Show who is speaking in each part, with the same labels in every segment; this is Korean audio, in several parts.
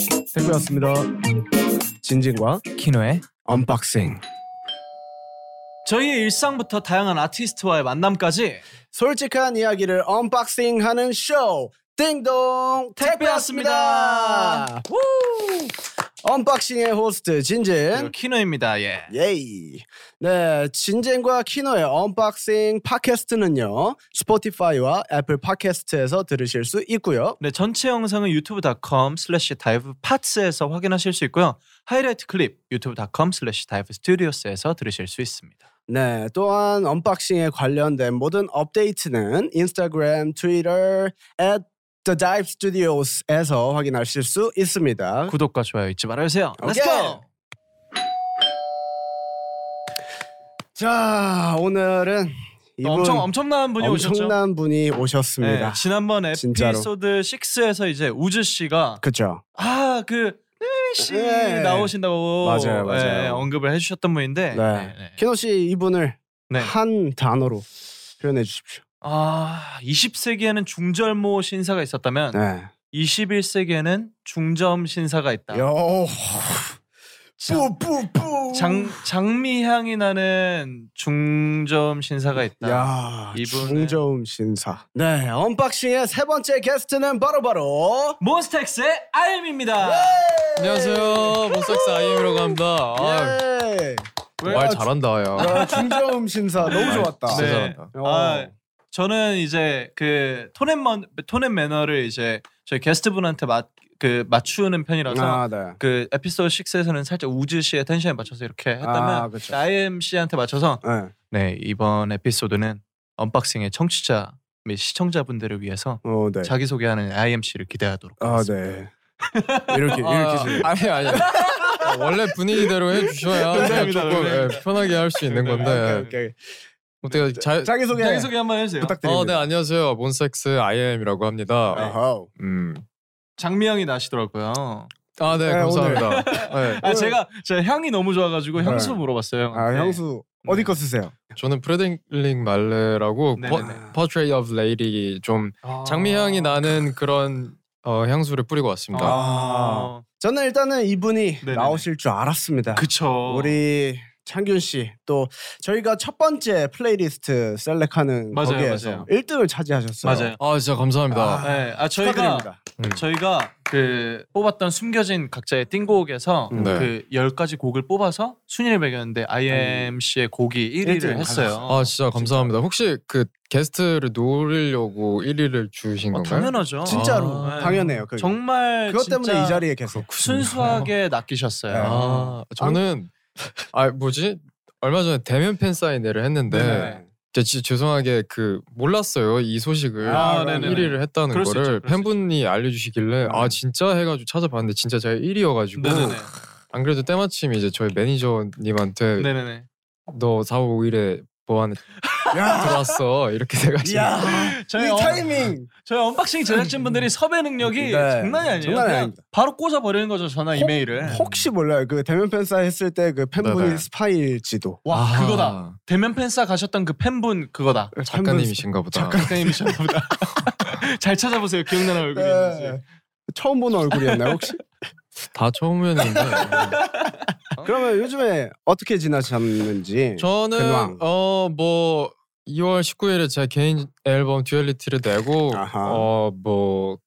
Speaker 1: 쌤이었습니다. 진진과
Speaker 2: 키노의
Speaker 1: 언박싱.
Speaker 3: 저희의 일상부터 다양한 아티스트와의 만남까지
Speaker 1: 솔직한 이야기를 언박싱하는 쇼. 띵동 택배였습니다.
Speaker 3: 택배였습니다.
Speaker 1: 언박싱의 호스트 진진.
Speaker 3: 그리고 키노입니다. 예.
Speaker 1: 예이. 네, 진젠과 키노의 언박싱 팟캐스트는요. 스포티파이와 애플 팟캐스트에서 들으실 수 있고요.
Speaker 3: 네, 전체 영상은 유튜브.com 슬래시 다이브 파츠에서 확인하실 수 있고요. 하이라이트 클립 유튜브.com 슬래시 다이브 스튜디오스에서 들으실 수 있습니다.
Speaker 1: 네, 또한 언박싱에 관련된 모든 업데이트는 인스타그램, 트위터 at the dive studios에서 확인하실 수 있습니다.
Speaker 3: 구독과 좋아요 잊지 말아주세요.
Speaker 1: 오케이.
Speaker 3: Let's go! 네,
Speaker 1: 자, 오늘은 이분
Speaker 3: 엄청 엄청난 분이 오셨죠?
Speaker 1: 엄청난 분이 오셨습니다.
Speaker 3: 네, 지난번
Speaker 1: 진짜로.
Speaker 3: 에피소드 6에서 이제 우즈 씨가
Speaker 1: 그렇죠.
Speaker 3: 아 그 씨
Speaker 1: 네.
Speaker 3: 나오신다고
Speaker 1: 맞아요, 맞아요.
Speaker 3: 예, 언급을 해주셨던 분인데
Speaker 1: 네. 키노 씨 이분을
Speaker 3: 네.
Speaker 1: 한 단어로 표현해 주십시오.
Speaker 3: 아 20세기에는 중절모 신사가 있었다면
Speaker 1: 네.
Speaker 3: 21세기에는 중점 신사가 있다.
Speaker 1: 요.
Speaker 3: 장,
Speaker 1: 뿌뿌뿌.
Speaker 3: 장 장미향이 나는 중점 신사가 있다.
Speaker 1: 야,
Speaker 3: 이분은-
Speaker 1: 중저음 신사. 네, 언박싱의 세 번째 게스트는 바로바로
Speaker 3: 몬스타엑스의 아임입니다.
Speaker 2: 안녕하세요 몬스타엑스 아이엠이라고 합니다 아,
Speaker 1: 예.
Speaker 2: 말 잘한다 야
Speaker 1: 야, 중저음 신사 아, 너무 좋았다.
Speaker 2: 진짜
Speaker 3: 네.
Speaker 2: 잘한다
Speaker 1: 어.
Speaker 3: 아, 저는 이제 그 톤앤먼 톤앤 매너를 이제 저희 게스트분한테 맞그 맞추는 편이라서
Speaker 1: 아, 네.
Speaker 3: 그 에피소드 6에서는 살짝 우즈 씨의 텐션에 맞춰서 이렇게
Speaker 1: 아,
Speaker 3: 했다면
Speaker 1: 그렇죠.
Speaker 3: 아이엠 씨한테 맞춰서
Speaker 1: 네.
Speaker 3: 네 이번 에피소드는 언박싱의 청취자 및 시청자분들을 위해서
Speaker 1: 어, 네.
Speaker 3: 자기소개하는 IMC를 기대하도록
Speaker 1: 아,
Speaker 3: 하겠습니다.
Speaker 1: 네. 이렇게
Speaker 2: 아,
Speaker 3: 네.
Speaker 1: 이렇게 지금.
Speaker 2: 아니 아니 아, 원래 분위기대로 해주셔야 그냥
Speaker 3: 농담입니다,
Speaker 2: 조금
Speaker 3: 농담입니다.
Speaker 2: 예, 편하게 할 수 있는
Speaker 1: 아, 오케이,
Speaker 2: 건데 예.
Speaker 1: 오케이.
Speaker 2: 어떻게 잘
Speaker 1: 자기소개.
Speaker 3: 자기소개 한번 해주세요.
Speaker 1: 부탁드립니다. 네.
Speaker 2: 어, 네 안녕하세요 몬스타엑스 아이엠이라고
Speaker 3: 네,
Speaker 2: 합니다
Speaker 1: 어허.
Speaker 2: 음.
Speaker 3: 장미향이 나시더라고요.
Speaker 2: 아,
Speaker 1: 네,
Speaker 2: 네, 감사합니다. 네,
Speaker 3: 아 제가 제가 향이 너무 좋아가지고 향수
Speaker 1: 그 네.
Speaker 3: 물어봤어요.
Speaker 1: 아,
Speaker 3: 네.
Speaker 1: 형수 어디 거 쓰세요?
Speaker 2: 저는 프레딩링 말레라고
Speaker 3: 네,
Speaker 2: 퍼-
Speaker 3: 네,
Speaker 1: 네.
Speaker 2: Portrait of Lady 좀
Speaker 3: 아.
Speaker 2: 장미향이 나는 그런 어, 향수를 뿌리고 왔습니다.
Speaker 1: 아. 저는 일단은 이분이
Speaker 3: 네네네.
Speaker 1: 나오실 줄 알았습니다.
Speaker 3: 그쵸. 어.
Speaker 1: 우리 창균 씨 또 저희가 첫 번째 플레이리스트 셀렉하는
Speaker 3: 맞아요,
Speaker 1: 거기에서
Speaker 3: 맞아요.
Speaker 1: 1등을 차지하셨어요.
Speaker 3: 맞아요.
Speaker 2: 아, 진짜 감사합니다.
Speaker 1: 아,
Speaker 3: 네, 아 저희가
Speaker 1: 축하드립니다.
Speaker 2: 음.
Speaker 3: 저희가 그 뽑았던 숨겨진 각자의 띵곡에서
Speaker 1: 음.
Speaker 2: 네.
Speaker 3: 그 10가지 곡을 뽑아서 순위를 매겼는데 IMC의 곡이 1위를
Speaker 1: 일등.
Speaker 3: 했어요.
Speaker 2: 아, 진짜 감사합니다. 혹시 그 게스트를 노리려고 1위를 주신
Speaker 3: 어,
Speaker 2: 건가요?
Speaker 3: 당연하죠. 네.
Speaker 1: 진짜로
Speaker 2: 아,
Speaker 1: 당연해요. 그게.
Speaker 3: 정말
Speaker 1: 그것 때문에 이
Speaker 3: 진짜
Speaker 1: 자리에 계속.
Speaker 3: 순수하게 낚이셨어요.
Speaker 1: 네.
Speaker 2: 아, 저는 아, 뭐지? 얼마 전에 대면 팬 사인회를 했는데
Speaker 3: 네네.
Speaker 2: 진짜 지- 죄송하게 그 몰랐어요 이 소식을
Speaker 1: 아, 네네네.
Speaker 2: 1위를 했다는
Speaker 3: 그럴 수 있죠, 그럴 수
Speaker 2: 거를 팬분이 알려주시길래 아
Speaker 1: 음.
Speaker 2: 진짜 해가지고 찾아봤는데 진짜 제가 1위여가지고
Speaker 3: 네네네.
Speaker 2: 안 그래도 때마침 이제 저희 매니저님한테
Speaker 3: 네네네.
Speaker 2: 너 4, 5, 5일에 뭐 하는
Speaker 1: 야,
Speaker 2: 들어왔어 이렇게 돼가지고
Speaker 1: 야,
Speaker 3: 저희,
Speaker 1: 이
Speaker 3: 언-
Speaker 1: 타이밍.
Speaker 3: 저희 언박싱
Speaker 2: 음.
Speaker 3: 제작진분들이 섭외 능력이
Speaker 1: 네,
Speaker 3: 장난이 아니에요.
Speaker 1: 장난이
Speaker 3: 그냥
Speaker 1: 아닙니다.
Speaker 3: 바로 꽂아버리는 거죠 전화 이메일을.
Speaker 1: 혹시 몰라요. 그 대면 팬사 했을 때 그 팬분이
Speaker 2: 네네.
Speaker 1: 스파이일지도.
Speaker 3: 와
Speaker 2: 아,
Speaker 3: 그거다. 대면 팬싸 가셨던 그 팬분 그거다.
Speaker 2: 작가님이신가 보다
Speaker 3: 작가님이셨나 보다. 잘 찾아보세요. 기억나는
Speaker 1: 팬분-
Speaker 3: 얼굴이
Speaker 1: 네.
Speaker 3: 있는지.
Speaker 1: 처음 보는 얼굴이었나요 혹시?
Speaker 2: 다 처음이었는데 어?
Speaker 1: 그러면 요즘에 어떻게 지나셨는지. 그 근황.
Speaker 2: 저는 어 뭐 2월 19일에 제 개인 앨범 듀얼리티를 내고
Speaker 1: 아하.
Speaker 2: 어 뭐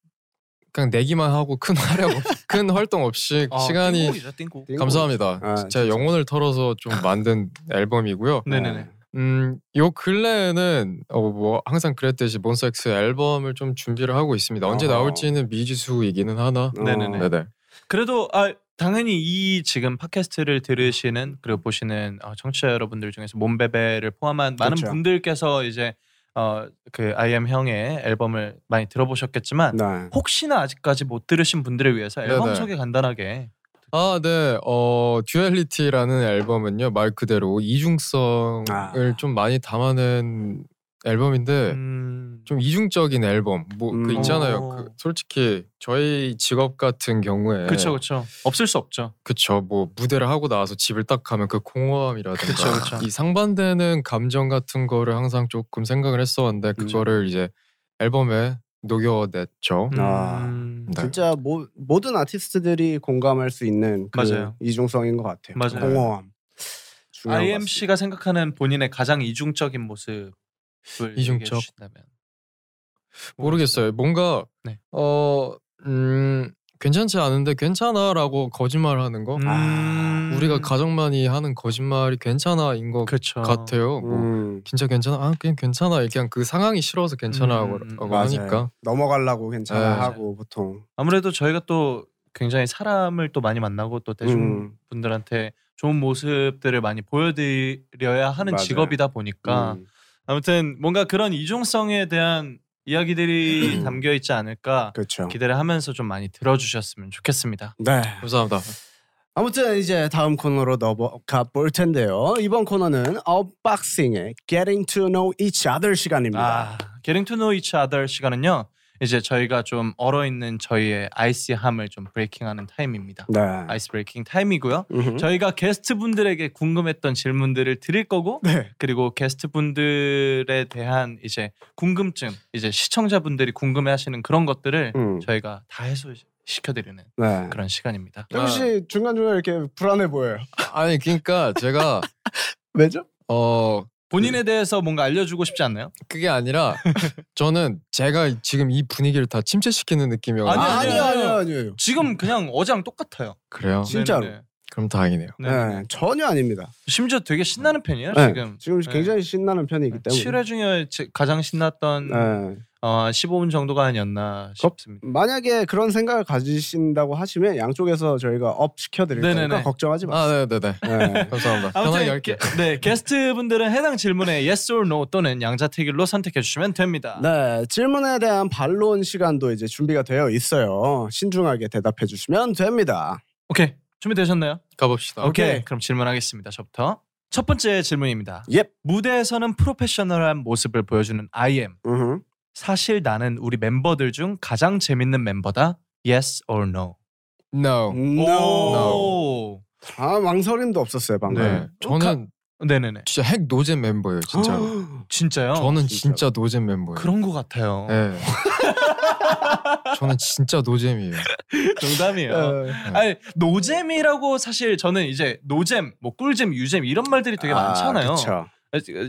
Speaker 2: 그냥 내기만 하고 큰 활약 없- 큰 활동 없이
Speaker 3: 아,
Speaker 2: 시간이 네.
Speaker 3: 띵곡이죠, 띵곡.
Speaker 2: 감사합니다.
Speaker 1: 아,
Speaker 2: 진짜 영혼을 털어서 좀 만든 앨범이고요.
Speaker 3: 네네네.
Speaker 1: 어.
Speaker 2: 음, 요 근래에는 어, 뭐 항상 그랬듯이 몬스엑스 앨범을 좀 준비를 하고 있습니다. 언제
Speaker 1: 어.
Speaker 2: 나올지는 미지수이기는 하나.
Speaker 1: 어,
Speaker 3: 네네네.
Speaker 2: 네, 네.
Speaker 3: 그래도 아 당연히 이 지금 팟캐스트를 들으시는 그리고 보시는 어, 청취자 여러분들 중에서 몬베베를 포함한 많은
Speaker 1: 그렇죠.
Speaker 3: 분들께서 이제 어그 IM 형의 앨범을 많이 들어보셨겠지만
Speaker 1: 네.
Speaker 3: 혹시나 아직까지 못 들으신 분들을 위해서 앨범
Speaker 2: 음. 네네.
Speaker 3: 소개 간단하게
Speaker 2: 아, 네. 어, 듀얼리티라는 앨범은요. 말 그대로 이중성을
Speaker 1: 아.
Speaker 2: 좀 많이 담아낸 앨범인데
Speaker 3: 음,
Speaker 2: 네. 좀 이중적인 앨범 뭐
Speaker 1: 음.
Speaker 2: 그 있잖아요.
Speaker 3: 오.
Speaker 2: 그 솔직히 저희 직업 같은 경우에
Speaker 3: 어. 그쵸 그쵸 없을 수 없죠
Speaker 2: 그쵸 뭐 무대를 하고 나와서 집을 딱 가면 그 공허함이라든가
Speaker 3: 그쵸, 그쵸.
Speaker 2: 이 상반되는 감정 같은 거를 항상
Speaker 3: 음.
Speaker 2: 조금 생각을 했었는데
Speaker 1: 그쵸.
Speaker 2: 그거를 이제 앨범에 녹여냈죠.
Speaker 1: 아.
Speaker 3: 음,
Speaker 2: 네.
Speaker 1: 진짜 모, 모든 아티스트들이 공감할 수 있는 그
Speaker 3: 맞아요.
Speaker 1: 이중성인 것 같아요.
Speaker 3: 맞아요.
Speaker 1: 공허함. 중요한 것 같습니다.
Speaker 3: IMC가 생각하는 본인의 가장 이중적인 모습을
Speaker 2: 이중적?
Speaker 3: 얘기해 주신다면
Speaker 2: 모르겠어요. 뭔가
Speaker 3: 네.
Speaker 2: 어 음, 괜찮지 않은데 괜찮아라고 거짓말하는
Speaker 3: 음.
Speaker 2: 거.
Speaker 1: 아,
Speaker 2: 우리가 가장 많이 하는 거짓말이 괜찮아인 것
Speaker 3: 그쵸.
Speaker 2: 같아요. 뭐
Speaker 1: 음,
Speaker 2: 진짜 괜찮아. 아 그냥 괜찮아. 그냥 그 상황이 싫어서 괜찮아라고 그러니까.
Speaker 3: 음,
Speaker 2: 하고
Speaker 1: 맞아요.
Speaker 2: 하니까.
Speaker 1: 넘어가려고 괜찮아
Speaker 2: 네.
Speaker 1: 하고 보통
Speaker 3: 아무래도 저희가 또 굉장히 사람을 또 많이 만나고 또
Speaker 1: 음.
Speaker 3: 대중분들한테 좋은 모습들을 많이 보여드려야 하는
Speaker 1: 맞아요.
Speaker 3: 직업이다 보니까
Speaker 1: 음,
Speaker 3: 아무튼 뭔가 그런 이중성에 대한 이야기들이 담겨 있지 않을까
Speaker 1: 음. 그렇죠.
Speaker 3: 기대를 하면서 좀 많이 들어주셨으면 좋겠습니다.
Speaker 1: 네.
Speaker 2: 감사합니다.
Speaker 1: 아무튼 이제 다음 코너로 넘어가 볼 텐데요. 이번 코너는 언박싱의 Getting to Know Each Other 시간입니다.
Speaker 3: 아, Getting to Know Each Other 시간은요. 이제 저희가 좀 얼어 있는 저희의 아이스함을 좀 브레이킹하는 타임입니다.
Speaker 1: 네.
Speaker 3: 아이스 브레이킹 타임이고요.
Speaker 1: 음흠.
Speaker 3: 저희가 게스트 분들에게 궁금했던 질문들을 드릴 거고
Speaker 1: 네.
Speaker 3: 그리고 게스트 분들에 대한 이제 궁금증, 이제 시청자분들이 궁금해하시는 그런 것들을
Speaker 1: 음.
Speaker 3: 저희가 다 해소시켜드리는
Speaker 1: 네.
Speaker 3: 그런 시간입니다. 아.
Speaker 1: 혹시 중간 중간 이렇게 불안해 보여요.
Speaker 2: 아니 그러니까 제가
Speaker 1: 왜죠?
Speaker 2: 어
Speaker 3: 본인에 대해서 뭔가 알려주고 싶지 않나요?
Speaker 2: 그게 아니라 저는 제가 지금 이 분위기를 다 침체시키는 느낌이어서
Speaker 3: 아니요,
Speaker 1: 아,
Speaker 3: 아니요, 아니요.
Speaker 1: 아니요, 아니요.
Speaker 3: 지금 그냥 어제랑 똑같아요.
Speaker 2: 그래요.
Speaker 1: 음. 진짜로?
Speaker 3: 네네네.
Speaker 2: 그럼 다행이네요.
Speaker 1: 네,
Speaker 3: 네네네.
Speaker 1: 전혀 아닙니다.
Speaker 3: 심지어 되게 신나는 편이에요
Speaker 1: 네,
Speaker 3: 지금.
Speaker 1: 지금
Speaker 3: 네.
Speaker 1: 굉장히 신나는 편이기 때문에.
Speaker 3: 7회 중에 제- 가장 신났던
Speaker 1: 네.
Speaker 3: 어, 15분 정도가 아니었나 싶습니다.
Speaker 1: 만약에 그런 생각을 가지신다고 하시면 양쪽에서 저희가 업 시켜드릴
Speaker 3: 네네네.
Speaker 1: 테니까 걱정하지
Speaker 2: 아
Speaker 1: 마세요.
Speaker 2: 네네네.
Speaker 1: 네.
Speaker 2: 감사합니다. 편하게
Speaker 3: 아무튼 게,
Speaker 2: 할게요.
Speaker 3: 네 게스트 분들은 해당 질문에 yes or no 또는 양자택일로 선택해 주시면 됩니다.
Speaker 1: 네, 질문에 대한 반론 시간도 이제 준비가 되어 있어요. 신중하게 대답해 주시면 됩니다.
Speaker 3: 오케이 준비되셨나요?
Speaker 2: 가봅시다.
Speaker 1: 아, 오케이.
Speaker 3: 그럼 질문하겠습니다. 저부터 첫 번째 질문입니다.
Speaker 1: Yep.
Speaker 3: 무대에서는 프로페셔널한 모습을 보여주는 IM.
Speaker 1: 음흠.
Speaker 3: 사실 나는 우리 멤버들 중 가장 재밌는 멤버다. Yes or no?
Speaker 2: No.
Speaker 1: No.
Speaker 3: 오.
Speaker 1: 아, 망설임도 없었어요, 방금.
Speaker 2: 네. 저는
Speaker 3: 네네네.
Speaker 2: 진짜 핵 노잼 멤버예요, 진짜. 로
Speaker 3: 진짜요?
Speaker 2: 저는
Speaker 1: 아, 진짜로.
Speaker 2: 진짜 노잼 멤버예요.
Speaker 3: 그런 것 같아요.
Speaker 2: 네. 저는 진짜 노잼이에요.
Speaker 3: 농담이에요.
Speaker 1: 어,
Speaker 3: 아니 노잼이라고 사실 저는 이제 노잼, 뭐 꿀잼, 유잼 이런 말들이 되게
Speaker 1: 아,
Speaker 3: 많잖아요.
Speaker 1: 그쵸.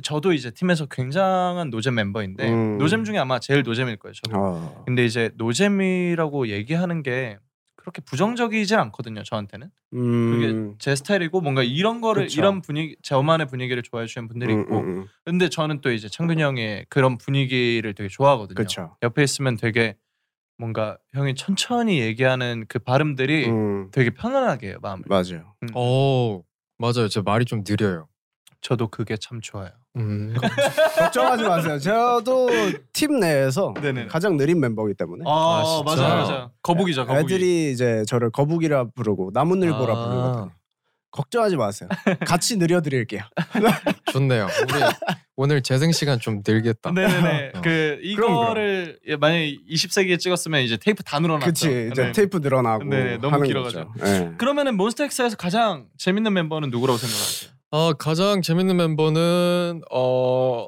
Speaker 3: 저도 이제 팀에서 굉장한 노잼 멤버인데
Speaker 1: 음.
Speaker 3: 노잼 중에 아마 제일 노잼일 거예요. 저도.
Speaker 1: 어.
Speaker 3: 근데 이제 노잼이라고 얘기하는 게 그렇게 부정적이진 않거든요. 저한테는
Speaker 1: 음.
Speaker 3: 제 스타일이고 뭔가 이런 거를
Speaker 1: 그쵸.
Speaker 3: 이런 분위기 저만의 분위기를 좋아해 주는 분들이 있고
Speaker 1: 음, 음, 음.
Speaker 3: 근데 저는 또 이제 창균이 형의 그런 분위기를 되게 좋아하거든요.
Speaker 1: 그쵸.
Speaker 3: 옆에 있으면 되게 뭔가 형이 천천히 얘기하는 그 발음들이
Speaker 1: 음.
Speaker 3: 되게 편안하게 해요, 마음을.
Speaker 1: 맞아요.
Speaker 3: 음.
Speaker 2: 오 맞아요. 제 말이 좀 느려요.
Speaker 3: 저도 그게 참 좋아요.
Speaker 2: 음.
Speaker 1: 걱정하지 마세요. 저도 팀 내에서
Speaker 3: 네네.
Speaker 1: 가장 느린 멤버이기 때문에
Speaker 2: 아, 진짜?
Speaker 3: 맞아요, 맞아요. 거북이죠, 거북이.
Speaker 1: 애들이 이제 저를 거북이라 부르고 나뭇늘보라
Speaker 2: 아.
Speaker 1: 부르거든요. 걱정하지 마세요. 같이 느려드릴게요.
Speaker 2: 좋네요. 우리 오늘 재생 시간 좀 늘겠다.
Speaker 3: 네네네.
Speaker 2: 어.
Speaker 3: 그
Speaker 1: 아. 그럼,
Speaker 3: 이거를 예, 만약에 20세기에 찍었으면 이제 테이프 다 늘어났죠.
Speaker 1: 그치 이제
Speaker 3: 네.
Speaker 1: 테이프 늘어나고
Speaker 3: 네, 너무
Speaker 1: 하는
Speaker 3: 길어가지고.
Speaker 1: 거죠. 네.
Speaker 3: 그러면은 몬스타엑스에서 가장 재밌는 멤버는 누구라고 생각하세요?
Speaker 2: 아 가장 재밌는 멤버는 어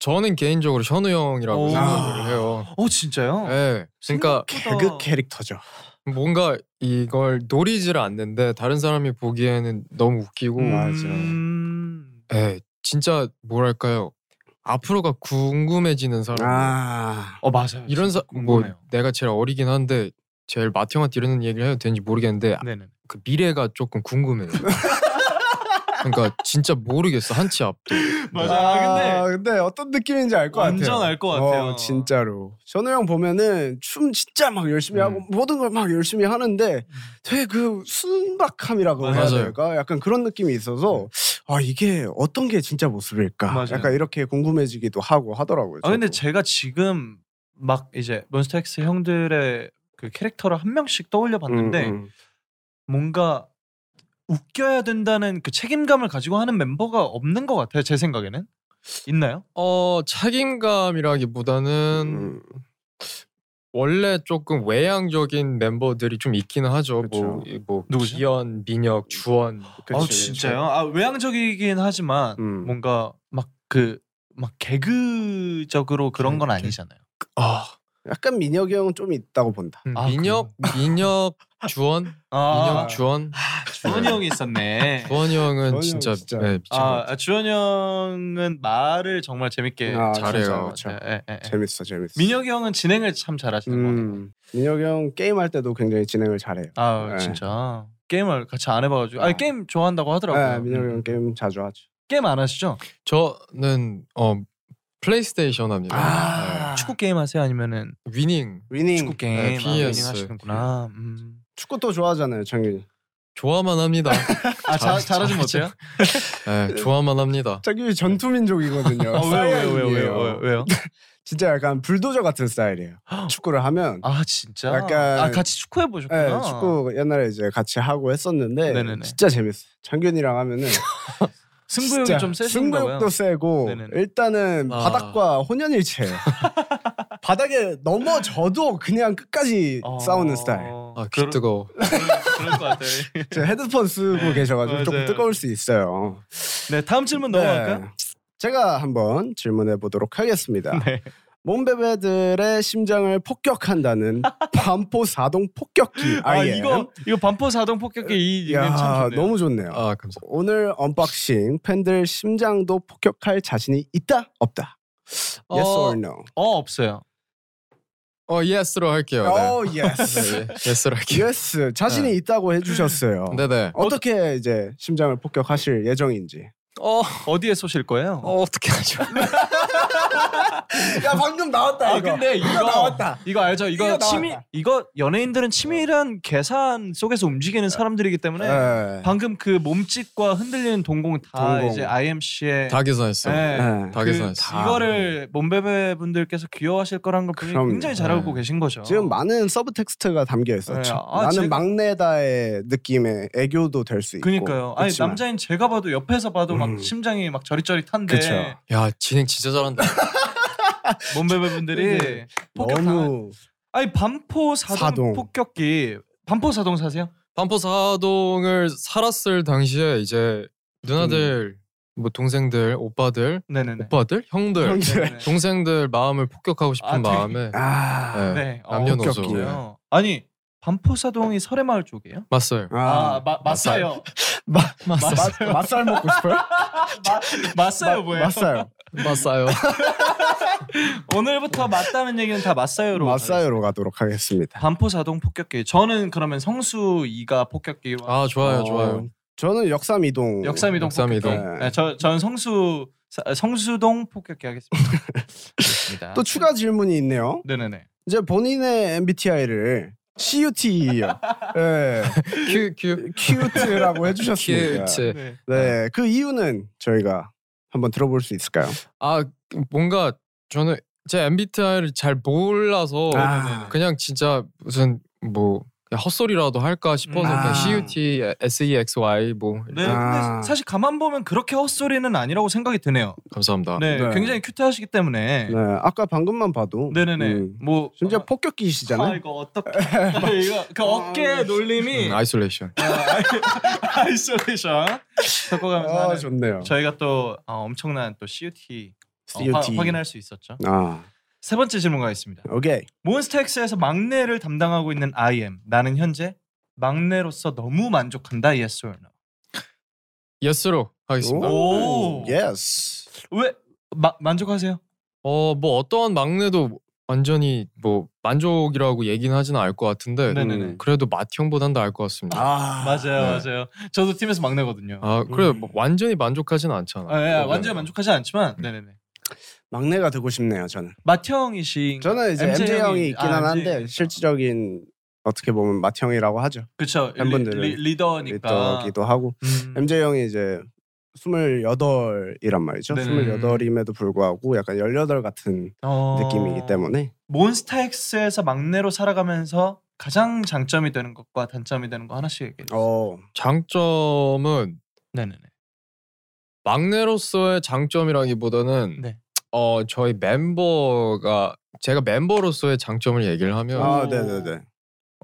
Speaker 2: 저는 개인적으로 현우 형이라고
Speaker 3: 오.
Speaker 2: 생각을 해요.
Speaker 3: 어 진짜요?
Speaker 2: 네. 그러니까
Speaker 1: 개그 캐릭터죠.
Speaker 3: 아,
Speaker 2: 뭔가 이걸 노리지를 않는데 다른 사람이 보기에는 너무 웃기고
Speaker 1: 맞아.
Speaker 3: 음...
Speaker 2: 네, 진짜 뭐랄까요 앞으로가 궁금해지는
Speaker 3: 네.
Speaker 2: 사람
Speaker 1: 아,
Speaker 3: 어 맞아요.
Speaker 2: 이런 사뭐
Speaker 3: 궁금해요.
Speaker 2: 내가 제일 어리긴 한데 제일 마티형한테 이런 얘기를 해도 되는지 모르겠는데
Speaker 3: 네네.
Speaker 2: 그 미래가 조금 궁금해요 그러니까 진짜 모르겠어 한치 앞도
Speaker 3: 맞아요.
Speaker 1: 아,
Speaker 3: 아,
Speaker 1: 근데 어떤 느낌인지 알 것 같아요.
Speaker 3: 완전 알 것 같아요.
Speaker 1: 어, 진짜로. 현우 형 보면은 춤 진짜 막 열심히
Speaker 2: 음.
Speaker 1: 하고 모든 걸 막 열심히 하는데
Speaker 3: 음.
Speaker 1: 되게 그 순박함이라고 해야
Speaker 2: 맞아요.
Speaker 1: 될까? 약간 그런 느낌이 있어서 아 이게 어떤 게 진짜 모습일까?
Speaker 3: 맞아요.
Speaker 1: 약간 이렇게 궁금해지기도 하고 하더라고요.
Speaker 3: 아 근데
Speaker 1: 저도.
Speaker 3: 제가 지금 막 이제 몬스타엑스 형들의 그 캐릭터를 한 명씩 떠올려 봤는데
Speaker 1: 음, 음.
Speaker 3: 뭔가 웃겨야 된다는 그 책임감을 가지고 하는 멤버가 없는 것 같아요. 제 생각에는 있나요?
Speaker 2: 어 책임감이라기보다는
Speaker 1: 음,
Speaker 2: 원래 조금 외향적인 멤버들이 좀 있기는 하죠
Speaker 1: 그쵸.
Speaker 2: 뭐, 이- 뭐
Speaker 3: 누구죠?
Speaker 2: 기현, 민혁, 주원
Speaker 1: 그치,
Speaker 3: 아
Speaker 1: 그치.
Speaker 3: 진짜요? 아 외향적이긴 하지만
Speaker 1: 음.
Speaker 3: 뭔가 막 그 막 개그적으로 그런 건
Speaker 2: 개-
Speaker 3: 아니잖아요.
Speaker 2: 아
Speaker 1: 약간 민혁이 형은 좀 있다고 본다.
Speaker 2: 음,
Speaker 3: 아,
Speaker 2: 민혁, 민혁, 주원, 민혁, 주원,
Speaker 3: 아, 주원이 형이 있었네.
Speaker 2: 주원이 형은
Speaker 1: 주원이
Speaker 2: 진짜,
Speaker 1: 형 진짜.
Speaker 2: 네, 미친 것
Speaker 3: 아,
Speaker 2: 같아요.
Speaker 3: 주원이 형은 말을 정말 재밌게
Speaker 1: 아,
Speaker 2: 잘해요.
Speaker 1: 진짜, 그쵸.
Speaker 3: 예, 예, 예.
Speaker 1: 재밌어, 재밌어.
Speaker 3: 민혁이 형은 진행을 참 잘하시는 것 같아요.
Speaker 1: 음, 민혁이 형 게임 할 때도 굉장히 진행을 잘해요.
Speaker 3: 아
Speaker 1: 네.
Speaker 3: 진짜 게임을 같이 안 해봐가지고 아
Speaker 1: 아.
Speaker 3: 게임 좋아한다고 하더라고요. 음.
Speaker 1: 네, 민혁이 형 게임 자주 하죠.
Speaker 3: 게임 안 하시죠?
Speaker 2: 저는 어 플레이스테이션 합니다.
Speaker 1: 아.
Speaker 3: 네. 축구 게임 하세요 아니면은
Speaker 2: 네. 위닝
Speaker 1: 위닝
Speaker 3: 축구 게임
Speaker 2: 네,
Speaker 3: 아,
Speaker 2: PS.
Speaker 3: 게임 하시는구나. 음.
Speaker 1: 축구 또 좋아하잖아요, 창균이.
Speaker 2: 좋아만 합니다.
Speaker 3: 아 자,
Speaker 2: 잘-
Speaker 3: 잘하지
Speaker 2: 잘-
Speaker 3: 못해요?
Speaker 2: 네, 좋아만 합니다.
Speaker 1: 창균이 전투민족이거든요.
Speaker 3: 아, 왜요 왜요
Speaker 1: 사이언이에요.
Speaker 3: 왜요 왜요 왜요?
Speaker 1: 진짜 약간 불도저 같은 스타일이에요. 축구를 하면
Speaker 3: 아 진짜?
Speaker 1: 약간-
Speaker 3: 아 같이 축구해 보셨구나.
Speaker 1: 네, 축구 옛날에 이제 같이 하고 했었는데
Speaker 3: 네네네.
Speaker 1: 진짜 재밌어요. 창균이랑 하면은
Speaker 3: 승부욕이
Speaker 1: 진짜
Speaker 3: 좀 세신가 봐요.
Speaker 1: 승부욕도 세고
Speaker 3: 네네네.
Speaker 1: 일단은
Speaker 2: 아.
Speaker 1: 바닥과 혼연일체예요. 바닥에 넘어져도 그냥 끝까지
Speaker 3: 어.
Speaker 1: 싸우는 스타일.
Speaker 2: 아, 귀
Speaker 3: 그럴-
Speaker 2: 뜨거워.
Speaker 3: 그럴 것 같아요.
Speaker 1: 제 헤드폰 쓰고 계셔가지고 조금
Speaker 3: 네. 맞아요.
Speaker 1: 뜨거울 수 있어요.
Speaker 3: 네 다음 질문 넘어갈까요?
Speaker 1: 제가 한번 질문해 보도록 하겠습니다.
Speaker 3: 네.
Speaker 1: 몸베베들의 심장을 폭격한다는 반포 사동 폭격기
Speaker 3: 아
Speaker 1: IM.
Speaker 3: 이거 이거 반포 사동 폭격기 이 이름 참
Speaker 1: 야
Speaker 3: 좋네요.
Speaker 1: 너무 좋네요.
Speaker 2: 아, 감사합니다.
Speaker 1: 오늘 언박싱 팬들 심장도 폭격할 자신이 있다 없다. Yes
Speaker 2: 어,
Speaker 1: or no?
Speaker 3: 어 없어요.
Speaker 2: 어, yes로 할게요. 네.
Speaker 1: 오 예스.
Speaker 2: 네, 예, yes로 할게요.
Speaker 1: 예스 Oh, 자신이
Speaker 2: 네.
Speaker 1: 있다고 해주셨어요.
Speaker 2: 네, 네.
Speaker 1: 어떻게 이제 심장을 폭격하실 예정인지.
Speaker 2: 어,
Speaker 3: 어디에 쏘실 거예요?
Speaker 2: 어 어떻게 하죠?
Speaker 1: 야 방금 나왔다
Speaker 3: 아 근데 이거
Speaker 1: 나왔다.
Speaker 3: 이거 알죠? 이거,
Speaker 1: 이거 나왔다.
Speaker 3: 치밀 이거 연예인들은 치밀한 계산 속에서 움직이는 사람들이기 때문에
Speaker 1: 네.
Speaker 3: 방금 그 몸짓과 흔들리는 동공 다
Speaker 1: 동공.
Speaker 3: 이제 IMC의 그
Speaker 2: 다 계산했어요.
Speaker 1: 네.
Speaker 2: 다 계산했어요.
Speaker 3: 이거를 몸베베 분들께서 귀여워하실 거란 걸 분명히
Speaker 1: 그럼요.
Speaker 3: 굉장히 잘 알고
Speaker 2: 네.
Speaker 3: 계신 거죠.
Speaker 1: 지금 많은 서브 텍스트가 담겨 있었죠.
Speaker 3: 네, 아,
Speaker 1: 나는
Speaker 3: 제가-
Speaker 1: 막내다의 느낌의 애교도 될 수 있고.
Speaker 3: 그니까요. 아니
Speaker 1: 그치만
Speaker 3: 남자인 제가 봐도 옆에서 봐도 막
Speaker 1: 음.
Speaker 3: 심장이 막 저릿저릿한데
Speaker 1: 그쵸.
Speaker 2: 야, 진행 진짜 잘한다.
Speaker 3: 몸베베 분들이
Speaker 1: 네.
Speaker 3: 폭격하는
Speaker 1: 너무
Speaker 3: 아니 반포 사동,
Speaker 1: 사동.
Speaker 3: 폭격기 반포 사동 사세요?
Speaker 2: 반포 사동을 살았을 당시에 이제 누나들, 뭐 동생들, 오빠들,
Speaker 3: 네네네.
Speaker 2: 오빠들, 형들,
Speaker 1: 형제.
Speaker 3: 네네네.
Speaker 2: 동생들 마음을 폭격하고 싶은
Speaker 3: 아, 되게-
Speaker 2: 마음에
Speaker 1: 아.
Speaker 2: 네.
Speaker 3: 네. 어,
Speaker 2: 남녀노소.
Speaker 3: 웃겼군요. 아니 반포사동이 설해마을 쪽이에요?
Speaker 2: 맞어요.
Speaker 3: 아,
Speaker 1: 아.
Speaker 3: 마, 맞아요.
Speaker 2: 맞어.
Speaker 1: 맛- 맛살 먹고 싶어요?
Speaker 3: 맞아요
Speaker 1: 맛-
Speaker 3: 뭐예요?
Speaker 1: 맛살.
Speaker 2: 맞어요.
Speaker 3: 오늘부터 맞다는 얘기는 다 맞아요로.
Speaker 1: 맛살로 가도록 하겠습니다.
Speaker 3: 네. 반포사동 폭격기. 저는 그러면 성수 2가 폭격기로.
Speaker 2: 아, 좋아요,
Speaker 1: 어,
Speaker 2: 좋아요.
Speaker 1: 저는 역삼 이동.
Speaker 3: 역삼이동
Speaker 2: 역삼이동.
Speaker 3: 폭격기. 네, 저 저는 성수 사- 성수동 폭격기 하겠습니다. 좋습니다.
Speaker 1: 또 추가 질문이 있네요.
Speaker 3: 네네네.
Speaker 1: 이제 본인의 MBTI를 CUT예요. 예,
Speaker 2: 큐 큐.
Speaker 1: cute라고 해주셨습니다.
Speaker 2: 큐츠.
Speaker 3: 네.
Speaker 1: 네, 그 이유는 저희가 한번 들어볼 수 있을까요?
Speaker 2: 아 뭔가 저는 제 MBTI를 잘 몰라서
Speaker 1: 아.
Speaker 2: 네, 그냥 진짜 무슨 뭐 그냥 헛소리라도 할까 싶어서
Speaker 1: 음. 아.
Speaker 2: 그냥 CUT, SEXY 뭐
Speaker 3: 네,
Speaker 1: 아.
Speaker 3: 근데 사실 가만 보면 그렇게 헛소리는 아니라고 생각이 드네요.
Speaker 2: 감사합니다.
Speaker 3: 네,
Speaker 1: 네.
Speaker 3: 굉장히 큐트하시기 때문에.
Speaker 1: 네, 아까 방금만 봐도
Speaker 3: 네네네.
Speaker 1: 음,
Speaker 3: 뭐
Speaker 1: 진짜
Speaker 3: 어, 아
Speaker 1: 폭격기시잖아요. 아,
Speaker 3: 이거 어떻게 이거 그 어깨 놀림이
Speaker 2: 음, 아이솔레이션.
Speaker 3: 아이솔레이션 섞어가면서
Speaker 1: 아,
Speaker 3: 하는
Speaker 1: 좋네요.
Speaker 3: 저희가 또 어, 엄청난 또 CUT, 어,
Speaker 1: CUT.
Speaker 3: 화- 확인할 수 있었죠.
Speaker 1: 아,
Speaker 3: 세 번째 질문 가겠습니다.
Speaker 1: 오케이.
Speaker 3: 몬스타엑스에서 막내를 담당하고 있는 IM 나는 현재 막내로서 너무 만족한다. Yes or no?
Speaker 2: 예스로 하겠습니다.
Speaker 3: 오.
Speaker 1: 예스.
Speaker 3: 왜 마, 만족하세요?
Speaker 2: 어 뭐 어떠한 막내도 완전히 뭐 만족이라고 얘기는 하지는 않을 것 같은데
Speaker 3: 네. 네네네.
Speaker 1: 음.
Speaker 2: 그래도 마티형보단 나을 것 같습니다. 아,
Speaker 1: 아,
Speaker 3: 맞아요,
Speaker 2: 네.
Speaker 3: 맞아요. 저도 팀에서 막내거든요.
Speaker 2: 그래
Speaker 1: 음.
Speaker 2: 뭐 완전히 만족하진 어, 네. 않잖아.
Speaker 3: 아, 예, 완전 만족하지 않지만, 네네네.
Speaker 1: 막내가 되고 싶네요. 저는.
Speaker 3: 마태형이신
Speaker 1: 저는 이제
Speaker 3: MJ
Speaker 1: MJ 형이
Speaker 3: 음. 형이-
Speaker 1: 있긴
Speaker 3: 아,
Speaker 1: 는
Speaker 3: MJ.
Speaker 1: 한데 실질적인 어떻게 보면 마티 형이라고 하죠.
Speaker 3: 그쵸
Speaker 1: 팬분들은
Speaker 3: 리, 리, 리더니까
Speaker 1: 리더기도 하고
Speaker 3: 그러니까. 음.
Speaker 1: MJ 형이 이제 28이란 말이죠.
Speaker 3: 네네.
Speaker 1: 28임에도 불구하고 약간 18 같은
Speaker 3: 어,
Speaker 1: 느낌이기 때문에
Speaker 3: 몬스타엑스에서 막내로 살아가면서 가장 장점이 되는 것과 단점이 되는 거 하나씩 얘기해 주세요.
Speaker 1: 어,
Speaker 2: 장점은
Speaker 3: 네네네.
Speaker 2: 막내로서의 장점이라기보다는
Speaker 3: 네.
Speaker 2: 어 저희 멤버가 제가 멤버로서의
Speaker 3: 아,
Speaker 2: 장점을 얘기를 하면
Speaker 1: 아, 네, 네, 네.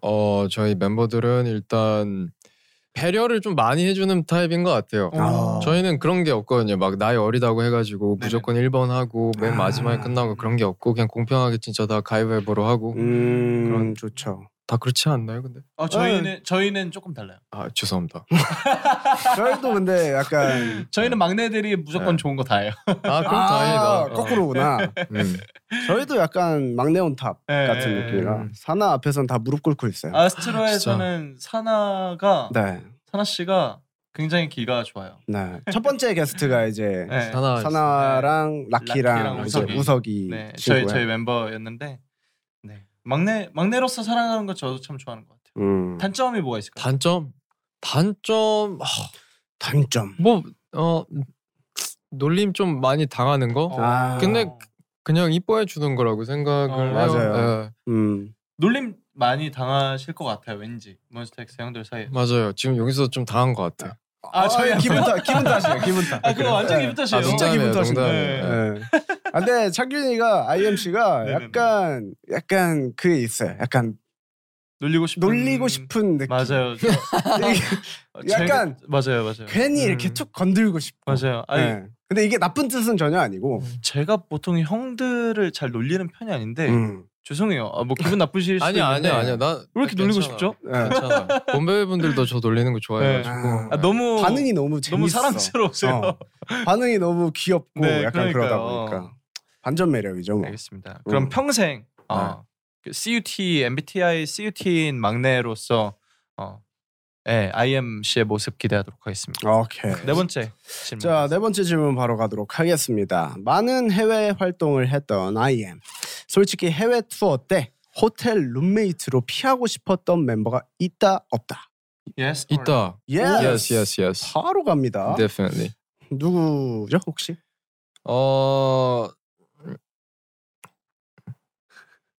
Speaker 2: 어 저희 멤버들은 일단 배려를 좀 많이 해주는 타입인 것 같아요.
Speaker 3: 어.
Speaker 1: 아.
Speaker 2: 저희는 그런 게 없거든요. 막 나이 어리다고 해가지고
Speaker 3: 네네.
Speaker 2: 무조건 1번 하고 맨
Speaker 1: 아.
Speaker 2: 마지막에 끝나고 그런 게 없고 그냥 공평하게 진짜 다 가위바위보로 하고
Speaker 1: 음,
Speaker 2: 그런-
Speaker 1: 좋죠.
Speaker 2: 다 그렇지 않나요? 근데
Speaker 3: 어, 저희는 저희는 조금 달라요.
Speaker 2: 아 죄송합니다.
Speaker 1: 저희도 근데 약간
Speaker 3: 저희는 막내들이 무조건
Speaker 2: 네.
Speaker 3: 좋은 거 다예요.
Speaker 2: 아 그럼
Speaker 1: 아,
Speaker 3: 어.
Speaker 2: 다행이다.
Speaker 1: 거꾸로구나.
Speaker 2: 어. 음.
Speaker 1: 저희도 약간 막내 온탑
Speaker 3: 예,
Speaker 1: 같은
Speaker 3: 예,
Speaker 1: 느낌이라
Speaker 2: 음.
Speaker 1: 사나 앞에선 다 무릎 꿇고 있어요.
Speaker 3: 아. 아스트로에서는 사나가
Speaker 1: 네,
Speaker 3: 사나 씨가 굉장히 귀가 좋아요.
Speaker 1: 네. 첫 번째 게스트가 이제
Speaker 3: 네.
Speaker 2: 하나
Speaker 1: 사나랑 라키랑
Speaker 3: 라키랑
Speaker 1: 이제
Speaker 3: 우석이.
Speaker 1: 우석이
Speaker 3: 네, 저희
Speaker 1: 친구예요.
Speaker 3: 저희 멤버였는데 네. 막내 막내로서 사랑하는 거 저도 참 좋아하는 것 같아요.
Speaker 1: 음.
Speaker 3: 단점이 뭐가 있을까요?
Speaker 2: 단점 단점
Speaker 1: 단점.
Speaker 2: 뭐어 놀림 좀 많이 당하는 거
Speaker 3: 어.
Speaker 1: 아.
Speaker 2: 근데 그냥 이뻐해 주는 거라고 생각을
Speaker 3: 어,
Speaker 2: 해요.
Speaker 1: 맞아요.
Speaker 2: 예,
Speaker 1: 음.
Speaker 3: 놀림 많이 당하실 것 같아요. 왠지 몬스타엑스 형들 사이에.
Speaker 2: 예, 맞아요. 지금 여기서 좀 당한 것 같아요.
Speaker 3: 아, 저희
Speaker 1: 기분 탓, 기분 탓이에요. 기분 탓.
Speaker 3: 아 그거 완전
Speaker 1: 네.
Speaker 3: 기분 탓이에요.
Speaker 2: 아,
Speaker 1: 진짜 기분
Speaker 2: 농담이에요,
Speaker 1: 탓인데.
Speaker 2: 농담이에요.
Speaker 1: 예.
Speaker 2: 예.
Speaker 1: 아, 근데 창균이가 IMC가
Speaker 3: 네. 네네네.
Speaker 1: 약간 약간 그게 있어요. 약간
Speaker 3: 놀리고 싶은
Speaker 1: 놀리고 싶은 느낌.
Speaker 3: 음. 맞아요. 저- 어,
Speaker 1: 이게 약간-
Speaker 3: 제가- 맞아요, 맞아요.
Speaker 1: 괜히 이렇게
Speaker 2: 음.
Speaker 1: 툭 건들고 싶고.
Speaker 3: 맞아요. 아니,
Speaker 1: 예. 근데 이게 나쁜 뜻은 전혀 아니고.
Speaker 3: 제가 보통 형들을 잘 놀리는 편이 아닌데
Speaker 1: 음.
Speaker 3: 죄송해요. 아, 뭐 기분 나쁘실 수도
Speaker 2: 아니야
Speaker 3: 있는데
Speaker 2: 아니야 아니야 나왜
Speaker 3: 왜 이렇게 놀리고 싶죠?
Speaker 1: 예.
Speaker 2: 괜찮아. 본배 분들도 저 놀리는 거 좋아해가지고
Speaker 1: 네.
Speaker 3: 아, 너무
Speaker 1: 반응이 너무 재밌어.
Speaker 3: 너무 사랑스러우세요.
Speaker 1: 어. 반응이 너무 귀엽고
Speaker 3: 네,
Speaker 1: 약간 그러다
Speaker 3: 그러니까요.
Speaker 1: 보니까 반전 매력이죠. 뭐.
Speaker 3: 알겠습니다. 그럼
Speaker 1: 음.
Speaker 3: 평생 어, 그 CUT MBTI CUT인 막내로서 어, 예, IMC의 모습 기대하도록 하겠습니다.
Speaker 1: 오케이.
Speaker 3: 네 번째 질문.
Speaker 1: 자, 네 번째 질문 바로 가도록 하겠습니다. 많은 해외 활동을 했던 IM. 솔직히 해외 투어 때 호텔 룸메이트로 피하고 싶었던 멤버가 있다 없다.
Speaker 3: yes 아. or no?
Speaker 2: 예. 있다.
Speaker 1: Yes.
Speaker 2: Yes yes yes.
Speaker 1: 바로 갑니다.
Speaker 3: 네.
Speaker 2: Definitely.
Speaker 1: 누구죠 혹시?
Speaker 2: 어
Speaker 1: 몇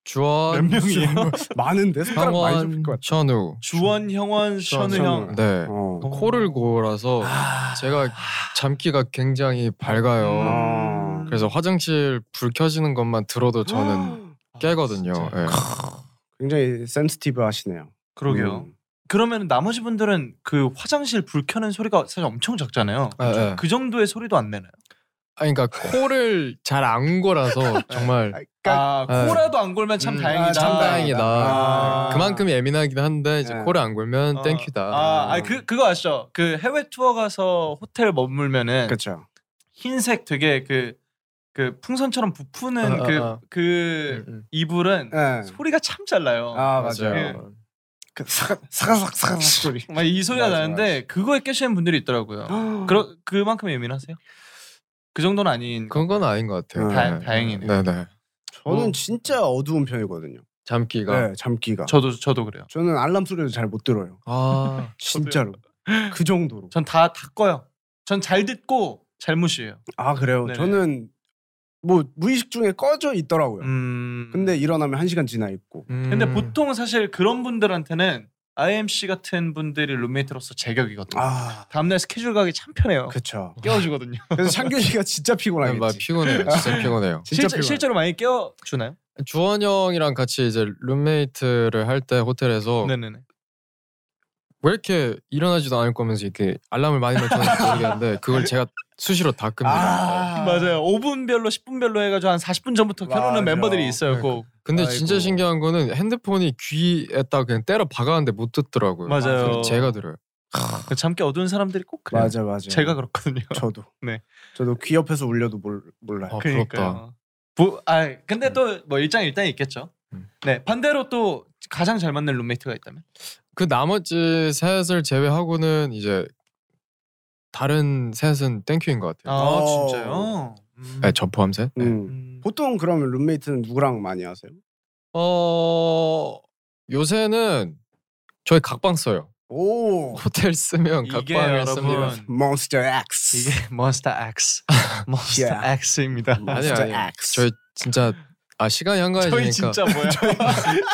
Speaker 2: 주원
Speaker 1: 명이에요? 많은데 손가락 많이
Speaker 2: 형원
Speaker 1: 잡힐 것 같아.
Speaker 2: 천우.
Speaker 3: 주원, 형원, 션우
Speaker 1: 션우.
Speaker 3: 형. 네.
Speaker 2: 네.
Speaker 1: 어.
Speaker 3: 어.
Speaker 2: 코를 고라서
Speaker 1: 아,
Speaker 2: 제가 잠기가 굉장히 밝아요.
Speaker 1: 어.
Speaker 2: 음. 그래서 화장실 불 켜지는 것만 들어도
Speaker 1: 아,
Speaker 2: 저는 깨거든요.
Speaker 3: 진짜요? 아,
Speaker 2: 예.
Speaker 1: 굉장히 센스티브 하시네요. 음.
Speaker 3: 그러게요. 그러면 나머지 분들은 그 화장실 불 켜는 소리가 사실 엄청 작잖아요.
Speaker 2: 예, 예.
Speaker 3: 그 정도의 소리도 안 내나요?
Speaker 2: 아니, 그러니까 코를 잘 안 골아서 정말
Speaker 1: 그러니까
Speaker 3: 아
Speaker 2: 예.
Speaker 3: 코라도 안 골면 참
Speaker 2: 음,
Speaker 3: 다행이다.
Speaker 2: 아, 참 다행이다.
Speaker 1: 아.
Speaker 2: 그만큼 예민하긴 한데 이제
Speaker 1: 예.
Speaker 2: 코를 안 골면
Speaker 3: 어.
Speaker 2: 땡큐다.
Speaker 3: 아, 아니, 그 그거 아시죠? 그 해외 투어 가서 호텔 머물면은
Speaker 1: 그렇죠.
Speaker 3: 흰색 되게 그 그 풍선처럼 부푸는
Speaker 2: 어, 어,
Speaker 3: 그 그
Speaker 2: 어. 음, 음.
Speaker 3: 이불은
Speaker 1: 예.
Speaker 3: 소리가 참 잘 나요.
Speaker 1: 아 맞아요. 그 사각 사각 사각 소리.
Speaker 3: 막 이 소리가
Speaker 1: 맞아,
Speaker 3: 나는데 그거에 깨시는 분들이 있더라고요.
Speaker 2: 아.
Speaker 3: 그러 그만큼 예민하세요? 그 정도는 아닌.
Speaker 2: 그건 건 아닌 것 같아요.
Speaker 1: 다-
Speaker 2: 예.
Speaker 3: 다행이네요.
Speaker 2: 네네.
Speaker 1: 저는
Speaker 3: 어.
Speaker 1: 진짜 어두운 편이거든요.
Speaker 2: 잠기가.
Speaker 1: 네, 잠기가. 저...
Speaker 3: 저도 저도 그래요.
Speaker 1: 는 알람 소리도 잘 못 들어요.
Speaker 2: 아,
Speaker 1: 진짜로. 그 정도로.
Speaker 3: 전 다 다 꺼요. 전 잘 듣고 잘 무시해요.
Speaker 1: 아 그래요.
Speaker 3: 네네.
Speaker 1: 저는 뭐 무의식 중에 꺼져 있더라고요.
Speaker 3: 음.
Speaker 1: 근데 일어나면 한 시간 지나 있고.
Speaker 2: 음.
Speaker 3: 근데 보통 사실 그런 분들한테는 IMC 같은 분들이 룸메이트로서 제격이거든요.
Speaker 1: 아
Speaker 3: 다음날 스케줄 가기 참 편해요.
Speaker 1: 그쵸.
Speaker 3: 깨워주거든요.
Speaker 1: 그래서 창균이가 진짜
Speaker 2: 네, 막
Speaker 1: 피곤하겠지.
Speaker 2: 피곤해요. 진짜 피곤해요.
Speaker 1: 진짜
Speaker 3: 실제,
Speaker 1: 피곤해.
Speaker 3: 실제로 많이 깨워주나요?
Speaker 2: 주원 형이랑 같이 이제 룸메이트를 할 때
Speaker 1: 어.
Speaker 2: 호텔에서
Speaker 3: 네네네.
Speaker 2: 왜 이렇게 일어나지도 않을 거면서 이렇게 알람을 많이 맞춰는지 모르겠는데 그걸 제가 수시로 다
Speaker 1: 아.
Speaker 2: 끕니다.
Speaker 3: 맞아요. 5분별로 10분별로 해가지고 한 40분 전부터
Speaker 1: 맞아. 네, 그-
Speaker 3: 켜놓는 멤버들이 있어요. 꼭.
Speaker 2: 근데
Speaker 1: 아이고.
Speaker 2: 진짜 신기한 거는 핸드폰이 귀에다 그냥 때려 박았는데 못 듣더라고요.
Speaker 3: 맞아요.
Speaker 2: 그래서 제가 들어요.
Speaker 3: 그 잠깨 어두운 사람들이 꼭 그래요.
Speaker 1: 맞아 맞아.
Speaker 3: 제가 그렇거든요.
Speaker 1: 저도.
Speaker 3: 네.
Speaker 1: 저도 귀 옆에서 울려도 몰, 몰라요.
Speaker 2: 어, 부럽다.
Speaker 3: 그러니까요. 부, 아
Speaker 1: 네.
Speaker 3: 근데 또 뭐 일장 일단이 있겠죠.
Speaker 2: 음.
Speaker 3: 네 반대로 또 가장 잘 맞는 룸메이트가 있다면?
Speaker 2: 그 나머지 셋을 제외하고는 이제 다른 셋은 땡큐인 것
Speaker 3: 아
Speaker 2: 같아요.
Speaker 1: 어.
Speaker 3: 진짜요? 음.
Speaker 2: 네, 저 포함 셋. 네.
Speaker 1: 음.
Speaker 3: 음.
Speaker 1: 보통 그러면 룸메이트는 누구랑 많이 하세요?
Speaker 2: 어 요새는 저희 각방 써요.
Speaker 1: 오.
Speaker 2: 호텔 쓰면
Speaker 3: 어. 이게
Speaker 2: 각방을 씁니다.
Speaker 3: 여러분
Speaker 1: Monster X.
Speaker 3: 이게 몬스타 X 몬스타
Speaker 1: Yeah.
Speaker 3: X입니다.
Speaker 2: 아니
Speaker 1: Monster
Speaker 2: 아니.
Speaker 1: X.
Speaker 2: 저희 진짜 아 시간이
Speaker 3: 저희
Speaker 2: 한가해지니까.
Speaker 3: 진짜 뭐야?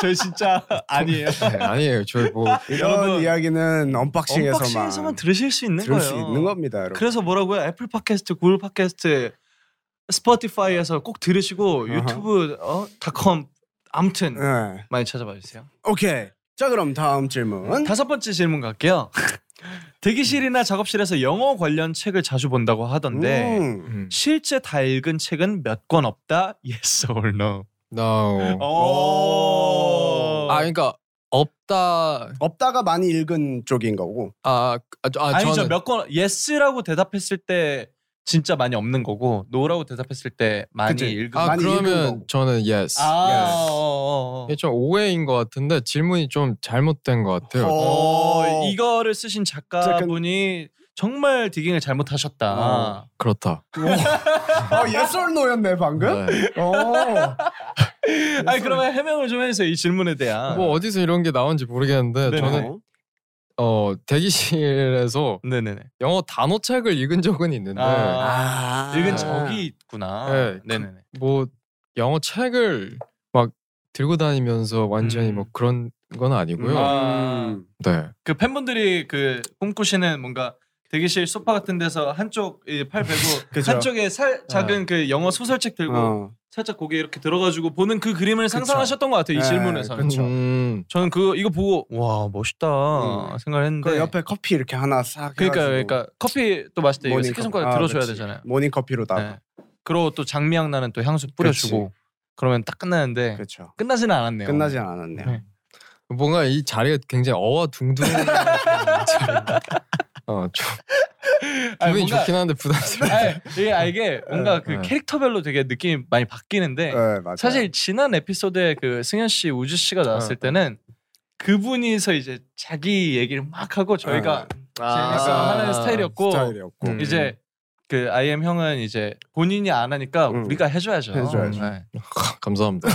Speaker 3: 저희 진짜 아니에요.
Speaker 2: 네, 아니에요. 저희 뭐
Speaker 1: 이런
Speaker 3: 여러분,
Speaker 1: 이야기는 언박싱에서만,
Speaker 3: 언박싱에서만 들으실 수 있는
Speaker 1: 들을
Speaker 3: 거예요.
Speaker 1: 수 있는 겁니다, 여러분.
Speaker 3: 그래서 뭐라고요? 애플 팟캐스트, 구글 팟캐스트, 스포티파이에서 꼭 들으시고
Speaker 1: 아하.
Speaker 3: 유튜브 어? 닷컴 아무튼
Speaker 1: 네.
Speaker 3: 많이 찾아봐 주세요.
Speaker 1: 오케이. 자 그럼 다음 질문.
Speaker 3: 다섯 번째 질문 갈게요. 대기실이나 작업실에서 영어 관련 책을 자주 본다고 하던데
Speaker 1: 음.
Speaker 2: 음.
Speaker 3: 실제 다 읽은 책은 몇 권 없다? Yes or no?
Speaker 2: No.
Speaker 3: 어.
Speaker 1: 오.
Speaker 2: 어. 아 그러니까 없다.
Speaker 1: 없다가 많이 읽은 쪽인 거고.
Speaker 2: 아, 아, 저- 아
Speaker 3: 아니죠
Speaker 2: 저는
Speaker 3: 몇 권 yes라고 대답했을 때 진짜 많이 없는 거고 no라고 대답했을 때 많이
Speaker 1: 그치.
Speaker 3: 읽은
Speaker 2: 아
Speaker 1: 많이 읽은
Speaker 2: 그러면
Speaker 1: 거고.
Speaker 2: 저는 yes.
Speaker 3: 아,
Speaker 1: yes.
Speaker 3: 어, 어, 어.
Speaker 2: 이게 좀 오해인 것 같은데 질문이 좀 잘못된 것 같아요.
Speaker 3: 어,
Speaker 1: 오.
Speaker 3: 이거를 쓰신 작가분이 정말 디깅을 잘못하셨다.
Speaker 1: 어.
Speaker 2: 그렇다.
Speaker 1: 어, yes or no였네 방금.
Speaker 2: 네.
Speaker 1: 어.
Speaker 3: 아니 그러면 해명을 좀 해주세요 이 질문에 대한.
Speaker 2: 뭐 어디서 이런 게 나온지 모르겠는데
Speaker 3: 아. 네네.
Speaker 2: 저는 어 대기실에서
Speaker 3: 네네네.
Speaker 2: 영어 단어책을 읽은 적은 있는데
Speaker 3: 아.
Speaker 1: 아.
Speaker 3: 읽은 적이 있구나.
Speaker 2: 네.
Speaker 3: 네네네.
Speaker 2: 뭐 영어 책을 막 들고 다니면서 완전히
Speaker 3: 음.
Speaker 2: 뭐 그런 건
Speaker 1: 음.
Speaker 2: 아니고요.
Speaker 3: 아.
Speaker 2: 네.
Speaker 3: 그 팬분들이 그 꿈꾸시는 뭔가 대기실 소파 같은 데서 한쪽 이팔 베고
Speaker 1: 그죠. 네.
Speaker 3: 한쪽에 살 작은 그 영어 소설책 들고
Speaker 1: 어.
Speaker 3: 살짝 고개 이렇게 들어가지고 보는 그 그림을 상상하셨던 것 같아요 이
Speaker 1: 네,
Speaker 3: 질문에서는.
Speaker 1: 그쵸.
Speaker 2: 음,
Speaker 3: 저는 그 이거 보고 와 멋있다
Speaker 1: 음.
Speaker 3: 생각했는데.
Speaker 1: 그 옆에 커피 이렇게 하나 싹.
Speaker 3: 그러니까
Speaker 1: 해가지고
Speaker 3: 그러니까 커피 또 마실 때 이거
Speaker 1: 모닝
Speaker 3: 새끼 손가락
Speaker 1: 커피. 아,
Speaker 3: 들어줘야
Speaker 1: 그치.
Speaker 3: 되잖아요.
Speaker 1: 모닝 커피로다가.
Speaker 3: 네. 그리고 또 장미향 나는 또 향수 뿌려주고 그러면딱 끝나는데
Speaker 1: 그렇죠.
Speaker 3: 끝나지는 않았네요.
Speaker 1: 끝나진 않았네요.
Speaker 3: 네.
Speaker 2: 뭔가 이 자리가 굉장히 어와둥둥. 자리인데. 어, 좀
Speaker 3: 아니,
Speaker 2: 기분이
Speaker 3: 뭔가-
Speaker 2: 좋긴 한데 부담스러워.
Speaker 3: 아니, 이게 아, 이게 뭔가 그
Speaker 2: 네.
Speaker 3: 캐릭터별로 되게 느낌이 많이 바뀌는데
Speaker 1: 네, 맞아요.
Speaker 3: 사실 지난 에피소드에 그 승현 씨, 우주 씨가 나왔을
Speaker 2: 네.
Speaker 3: 때는 그분이서 이제 자기 얘기를 막 하고 저희가 아. 재밌어 하는 스타일이었고
Speaker 1: 스타일이었고.
Speaker 2: 아, 음.
Speaker 3: 이제 그 IM 형은 이제 본인이 안 하니까
Speaker 1: 음.
Speaker 3: 우리가 해줘야죠.
Speaker 1: 해줘야죠.
Speaker 3: 네.
Speaker 2: 감사합니다.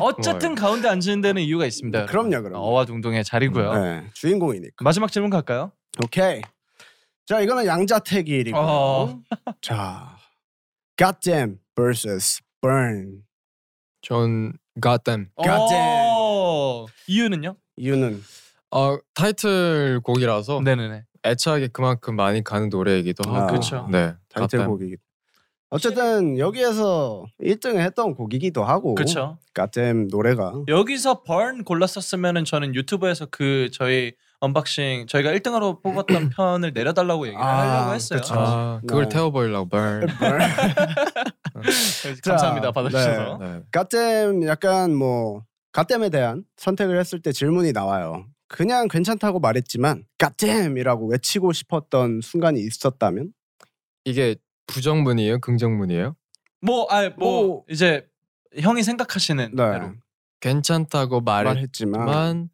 Speaker 3: 어쨌든 가운데 앉는 데는 이유가 있습니다.
Speaker 1: 네, 그럼요, 그럼.
Speaker 3: 어와둥둥의 자리고요.
Speaker 1: 네, 주인공이니까.
Speaker 3: 마지막 질문 갈까요?
Speaker 1: 오케이. 자 이거는 양자택일이고.
Speaker 3: 어.
Speaker 1: 자, goddamn vs burn.
Speaker 2: 전 got them.
Speaker 1: Goddamn.
Speaker 3: 어. 이유는요?
Speaker 1: 이유는
Speaker 2: 어, 타이틀 곡이라서
Speaker 3: 네네네.
Speaker 2: 애착이 그만큼 많이 가는 노래이기도
Speaker 1: 아,
Speaker 2: 하고.
Speaker 3: 그쵸.
Speaker 2: 네. got them.
Speaker 1: 타이틀곡이기. 어쨌든 여기에서 1등을 했던 곡이기도 하고.
Speaker 3: 그렇죠.
Speaker 1: goddamn 노래가.
Speaker 3: 여기서 burn 골랐었으면은 저는 유튜브에서 그 저희 언박싱 저희가 1등으로 뽑았던 편을 내려달라고 얘기를
Speaker 1: 아,
Speaker 3: 하려고 했어요.
Speaker 1: 그쵸.
Speaker 2: 아,
Speaker 1: 네.
Speaker 2: 그걸 태워버리려고 burn.
Speaker 3: 그래서 감사합니다
Speaker 1: 자,
Speaker 3: 받아주셔서.
Speaker 2: 네.
Speaker 1: goddamn 약간 뭐 goddamn에 대한 선택을 했을 때 질문이 나와요. 그냥 괜찮다고 말했지만 goddamn이라고 외치고 싶었던 순간이 있었다면
Speaker 2: 이게 부정문이에요? 긍정문이에요?
Speaker 3: 뭐, 아뭐
Speaker 1: 뭐.
Speaker 3: 이제 형이 생각하시는
Speaker 1: 네.
Speaker 3: 대로.
Speaker 2: 괜찮다고 말했지만
Speaker 1: 말했지만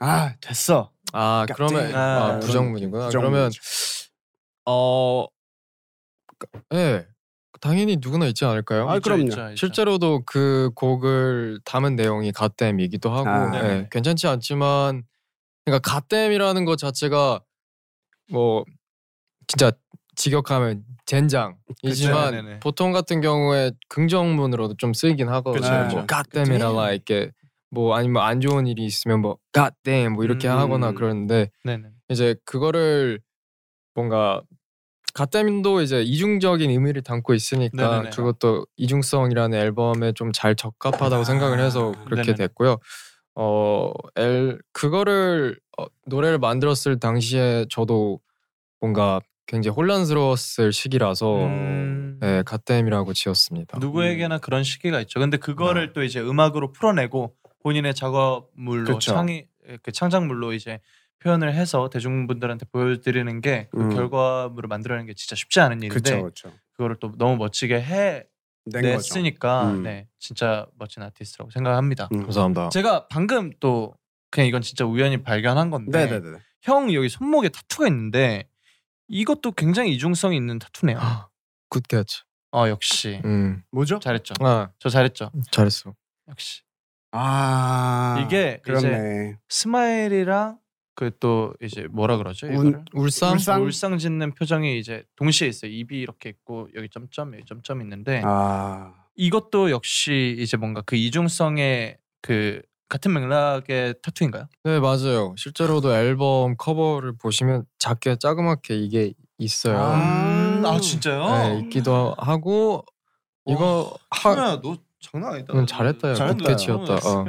Speaker 1: 아 됐어.
Speaker 2: 아
Speaker 1: 깍쟁이.
Speaker 2: 그러면
Speaker 3: 아,
Speaker 2: 아, 부정문이구나. 그러면
Speaker 1: 부정문이죠.
Speaker 2: 어, 예, 당연히 누구나 있지 않을까요?
Speaker 1: 아,
Speaker 3: 있죠,
Speaker 1: 그럼요.
Speaker 3: 있죠, 있죠.
Speaker 2: 실제로도 그 곡을 담은 내용이 가댐이기도 하고
Speaker 1: 아.
Speaker 2: 예,
Speaker 3: 네네.
Speaker 2: 괜찮지 않지만 그러니까 가댐이라는 것 자체가 뭐 진짜 직역하면 젠장이지만
Speaker 3: 그쵸, 네네.
Speaker 2: 보통 같은 경우에 긍정문으로도 좀 쓰이긴 하거든요.
Speaker 3: 그쵸, 네.
Speaker 2: 뭐
Speaker 1: 그쵸.
Speaker 2: 가댐이라나 이렇게 뭐 아니면 안 좋은 일이 있으면 뭐 가댐 뭐 이렇게
Speaker 3: 음.
Speaker 2: 하거나 그러는데
Speaker 3: 네네.
Speaker 2: 이제 그거를 뭔가 갓댐도 이제 이중적인 의미를 담고 있으니까
Speaker 3: 네네네.
Speaker 2: 그것도 이중성이라는 앨범에 좀 잘 적합하다고
Speaker 1: 아,
Speaker 2: 생각을 해서 그렇게
Speaker 3: 네네네.
Speaker 2: 됐고요. 어, 엘 그거를 어, 노래를 만들었을 당시에 저도 뭔가 굉장히 혼란스러웠을 시기라서
Speaker 3: 음.
Speaker 2: 네, 갓댐이라고 지었습니다.
Speaker 3: 누구에게나 그런 시기가 있죠. 근데 그거를 또 이제 음악으로 풀어내고 본인의 작업물로
Speaker 1: 그쵸.
Speaker 3: 창이 그 창작물로 이제 표현을 해서 대중분들한테 보여드리는 게 그
Speaker 1: 음.
Speaker 3: 결과물을 만들어내는 게 진짜 쉽지 않은
Speaker 1: 그렇죠,
Speaker 3: 일인데
Speaker 1: 그렇죠.
Speaker 3: 그거를또 너무 멋지게 해
Speaker 1: 낸 거죠.
Speaker 3: 냈으니까
Speaker 1: 음.
Speaker 3: 네 진짜 멋진 아티스트라고 생각합니다.
Speaker 1: 음.
Speaker 2: 감사합니다.
Speaker 3: 제가 방금 또 그냥 이건 진짜 우연히 발견한 건데
Speaker 1: 네, 네, 네.
Speaker 3: 형 여기 손목에 타투가 있는데 이것도 굉장히 이중성이 있는 타투네요.
Speaker 1: 아.
Speaker 2: 아, 굿 캐치.
Speaker 3: 어 역시
Speaker 2: 음.
Speaker 1: 뭐죠?
Speaker 3: 잘했죠.
Speaker 2: 아,
Speaker 3: 저 잘했죠.
Speaker 2: 잘했어.
Speaker 3: 역시.
Speaker 1: 아
Speaker 3: 이게 이제
Speaker 1: 그렇네.
Speaker 3: 스마일이랑 그 또 이제 뭐라 그러죠?
Speaker 1: 운-
Speaker 3: 이거를?
Speaker 1: 울상?
Speaker 2: 울상?
Speaker 1: 울상?
Speaker 3: 울상 짓는 표정이 이제 동시에 있어요. 입이 이렇게 있고 여기 점점 여기 점점 있는데
Speaker 1: 아
Speaker 3: 이것도 역시 이제 뭔가 그 이중성의 그 같은 맥락의 타투인가요?
Speaker 2: 네 맞아요. 실제로도 앨범 커버를 보시면 작게 자그맣게 이게 있어요.
Speaker 1: 아,
Speaker 3: 아 진짜요?
Speaker 2: 네, 있기도 하고 이거 하,
Speaker 3: 하면 너
Speaker 4: 장난 아니다.
Speaker 2: 이건 음, 잘했다.
Speaker 1: 잘했다.
Speaker 2: 잘했다. 지었다. 어.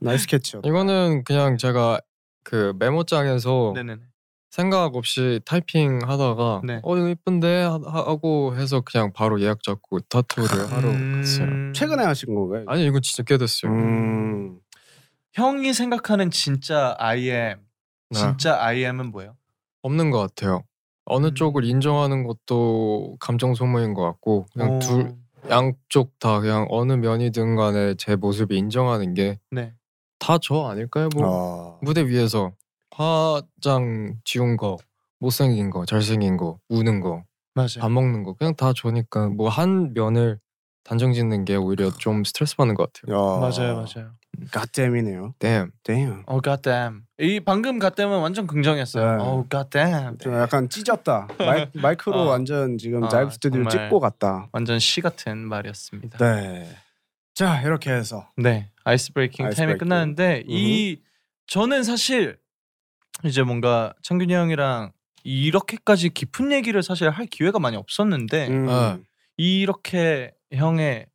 Speaker 1: 나이스 캐치.
Speaker 2: 이거는 그냥 제가 그 메모장에서
Speaker 3: 네네네.
Speaker 2: 생각 없이 타이핑 하다가
Speaker 3: 네.
Speaker 2: 어 이거 이쁜데 하- 하고 해서 그냥 바로 예약 잡고 타투를 하러
Speaker 3: 음.
Speaker 2: 갔어요.
Speaker 1: 최근에 하신 건가요?
Speaker 2: 아니 이건 진짜 꽤 됐어요.
Speaker 1: 음.
Speaker 3: 형이 생각하는 진짜 I am
Speaker 2: 네.
Speaker 3: 진짜 I am은 뭐예요?
Speaker 2: 없는 것 같아요. 어느
Speaker 3: 음.
Speaker 2: 쪽을 인정하는 것도 감정 소모인 것 같고 그냥
Speaker 3: 어,
Speaker 2: 둘 양쪽 다 그냥 어느 면이든 간에 제 모습이 인정하는
Speaker 3: 네.
Speaker 2: 게 다 저 아닐까요? 뭐
Speaker 1: 어.
Speaker 2: 무대 위에서 화장 지운 거 못생긴 거 잘생긴 거 우는 거 밥
Speaker 3: 맞아요.
Speaker 2: 먹는 거 그냥 다 저니까 뭐 한 면을 단정 짓는 게 오히려 좀 스트레스 받는 것 같아요.
Speaker 1: 야.
Speaker 3: 맞아요, 맞아요.
Speaker 1: 갓댐이네요.
Speaker 2: 네.
Speaker 1: 댐.
Speaker 3: 어, God damn. 이 방금 God damn은 완전 긍정했어요.
Speaker 1: 네.
Speaker 3: 어, God damn.
Speaker 1: 좀 약간 찢었다. 마이, 마이크로
Speaker 3: 아.
Speaker 1: 완전 지금
Speaker 3: 아,
Speaker 1: 자이브 스튜디오
Speaker 3: 정말.
Speaker 1: 찍고 갔다.
Speaker 3: 완전 시 같은 말이었습니다. 네,
Speaker 1: 네. 자 이렇게 해서
Speaker 3: 아이스 브레이킹 타임이
Speaker 1: 아이스브레이킹.
Speaker 3: 끝났는데 이 저는 사실 이제 뭔가 창균이 형이랑 이렇게까지 깊은 얘기를 사실 할 기회가 많이 없었는데
Speaker 1: 음.
Speaker 2: 아.
Speaker 3: 이렇게 형의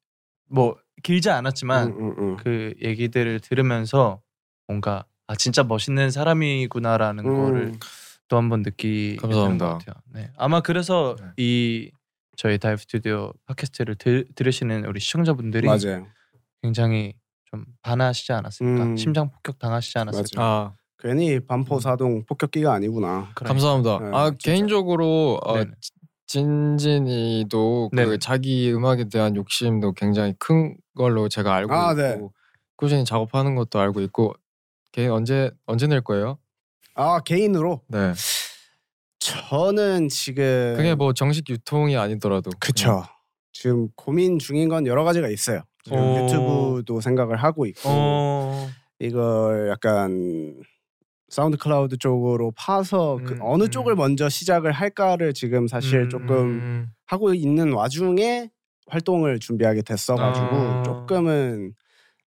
Speaker 3: 뭐 길지 않았지만
Speaker 1: 음, 음, 음.
Speaker 3: 그 얘기들을 들으면서 뭔가 아 진짜 멋있는 사람이구나라는 거를
Speaker 1: 음.
Speaker 3: 또 한 번 느끼게 되는
Speaker 2: 감사합니다.
Speaker 3: 것 같아요. 네. 아마 그래서
Speaker 2: 네.
Speaker 3: 이 저희 다이브 스튜디오 팟캐스트를 들, 들으시는 우리 시청자분들이
Speaker 1: 맞아요.
Speaker 3: 굉장히 좀 반하시지 않았을까?
Speaker 1: 음.
Speaker 3: 심장 폭격 당하시지 않았을까?
Speaker 2: 아
Speaker 1: 괜히
Speaker 3: 음.
Speaker 1: 반포 사동 폭격기가 아니구나.
Speaker 3: 그런-
Speaker 2: 감사합니다.
Speaker 1: 네,
Speaker 2: 아
Speaker 1: 진짜.
Speaker 2: 개인적으로 어,
Speaker 3: 네네.
Speaker 2: 진진이도
Speaker 3: 네네.
Speaker 2: 그 자기 음악에 대한 욕심도 굉장히 큰 걸로 제가 알고
Speaker 1: 아,
Speaker 2: 있고
Speaker 1: 네.
Speaker 2: 꾸준히 작업하는 것도 알고 있고 걔 언제 언제 낼 거예요?
Speaker 1: 아 개인으로
Speaker 2: 네.
Speaker 1: 저는 지금
Speaker 2: 그게 뭐 정식 유통이 아니더라도
Speaker 3: 음.
Speaker 1: 그쵸. 지금 고민 중인 건 여러 가지가 있어요. 지금
Speaker 3: 오.
Speaker 1: 유튜브도 생각을 하고 있고
Speaker 3: 어.
Speaker 1: 이걸 약간 사운드 클라우드 쪽으로 파서 그
Speaker 3: 음,
Speaker 1: 어느
Speaker 3: 음.
Speaker 1: 쪽을 먼저 시작을 할까를 지금 사실
Speaker 3: 음,
Speaker 1: 조금
Speaker 2: 음,
Speaker 1: 하고 있는 와중에 활동을 준비하게 됐어가지고
Speaker 3: 아.
Speaker 1: 조금은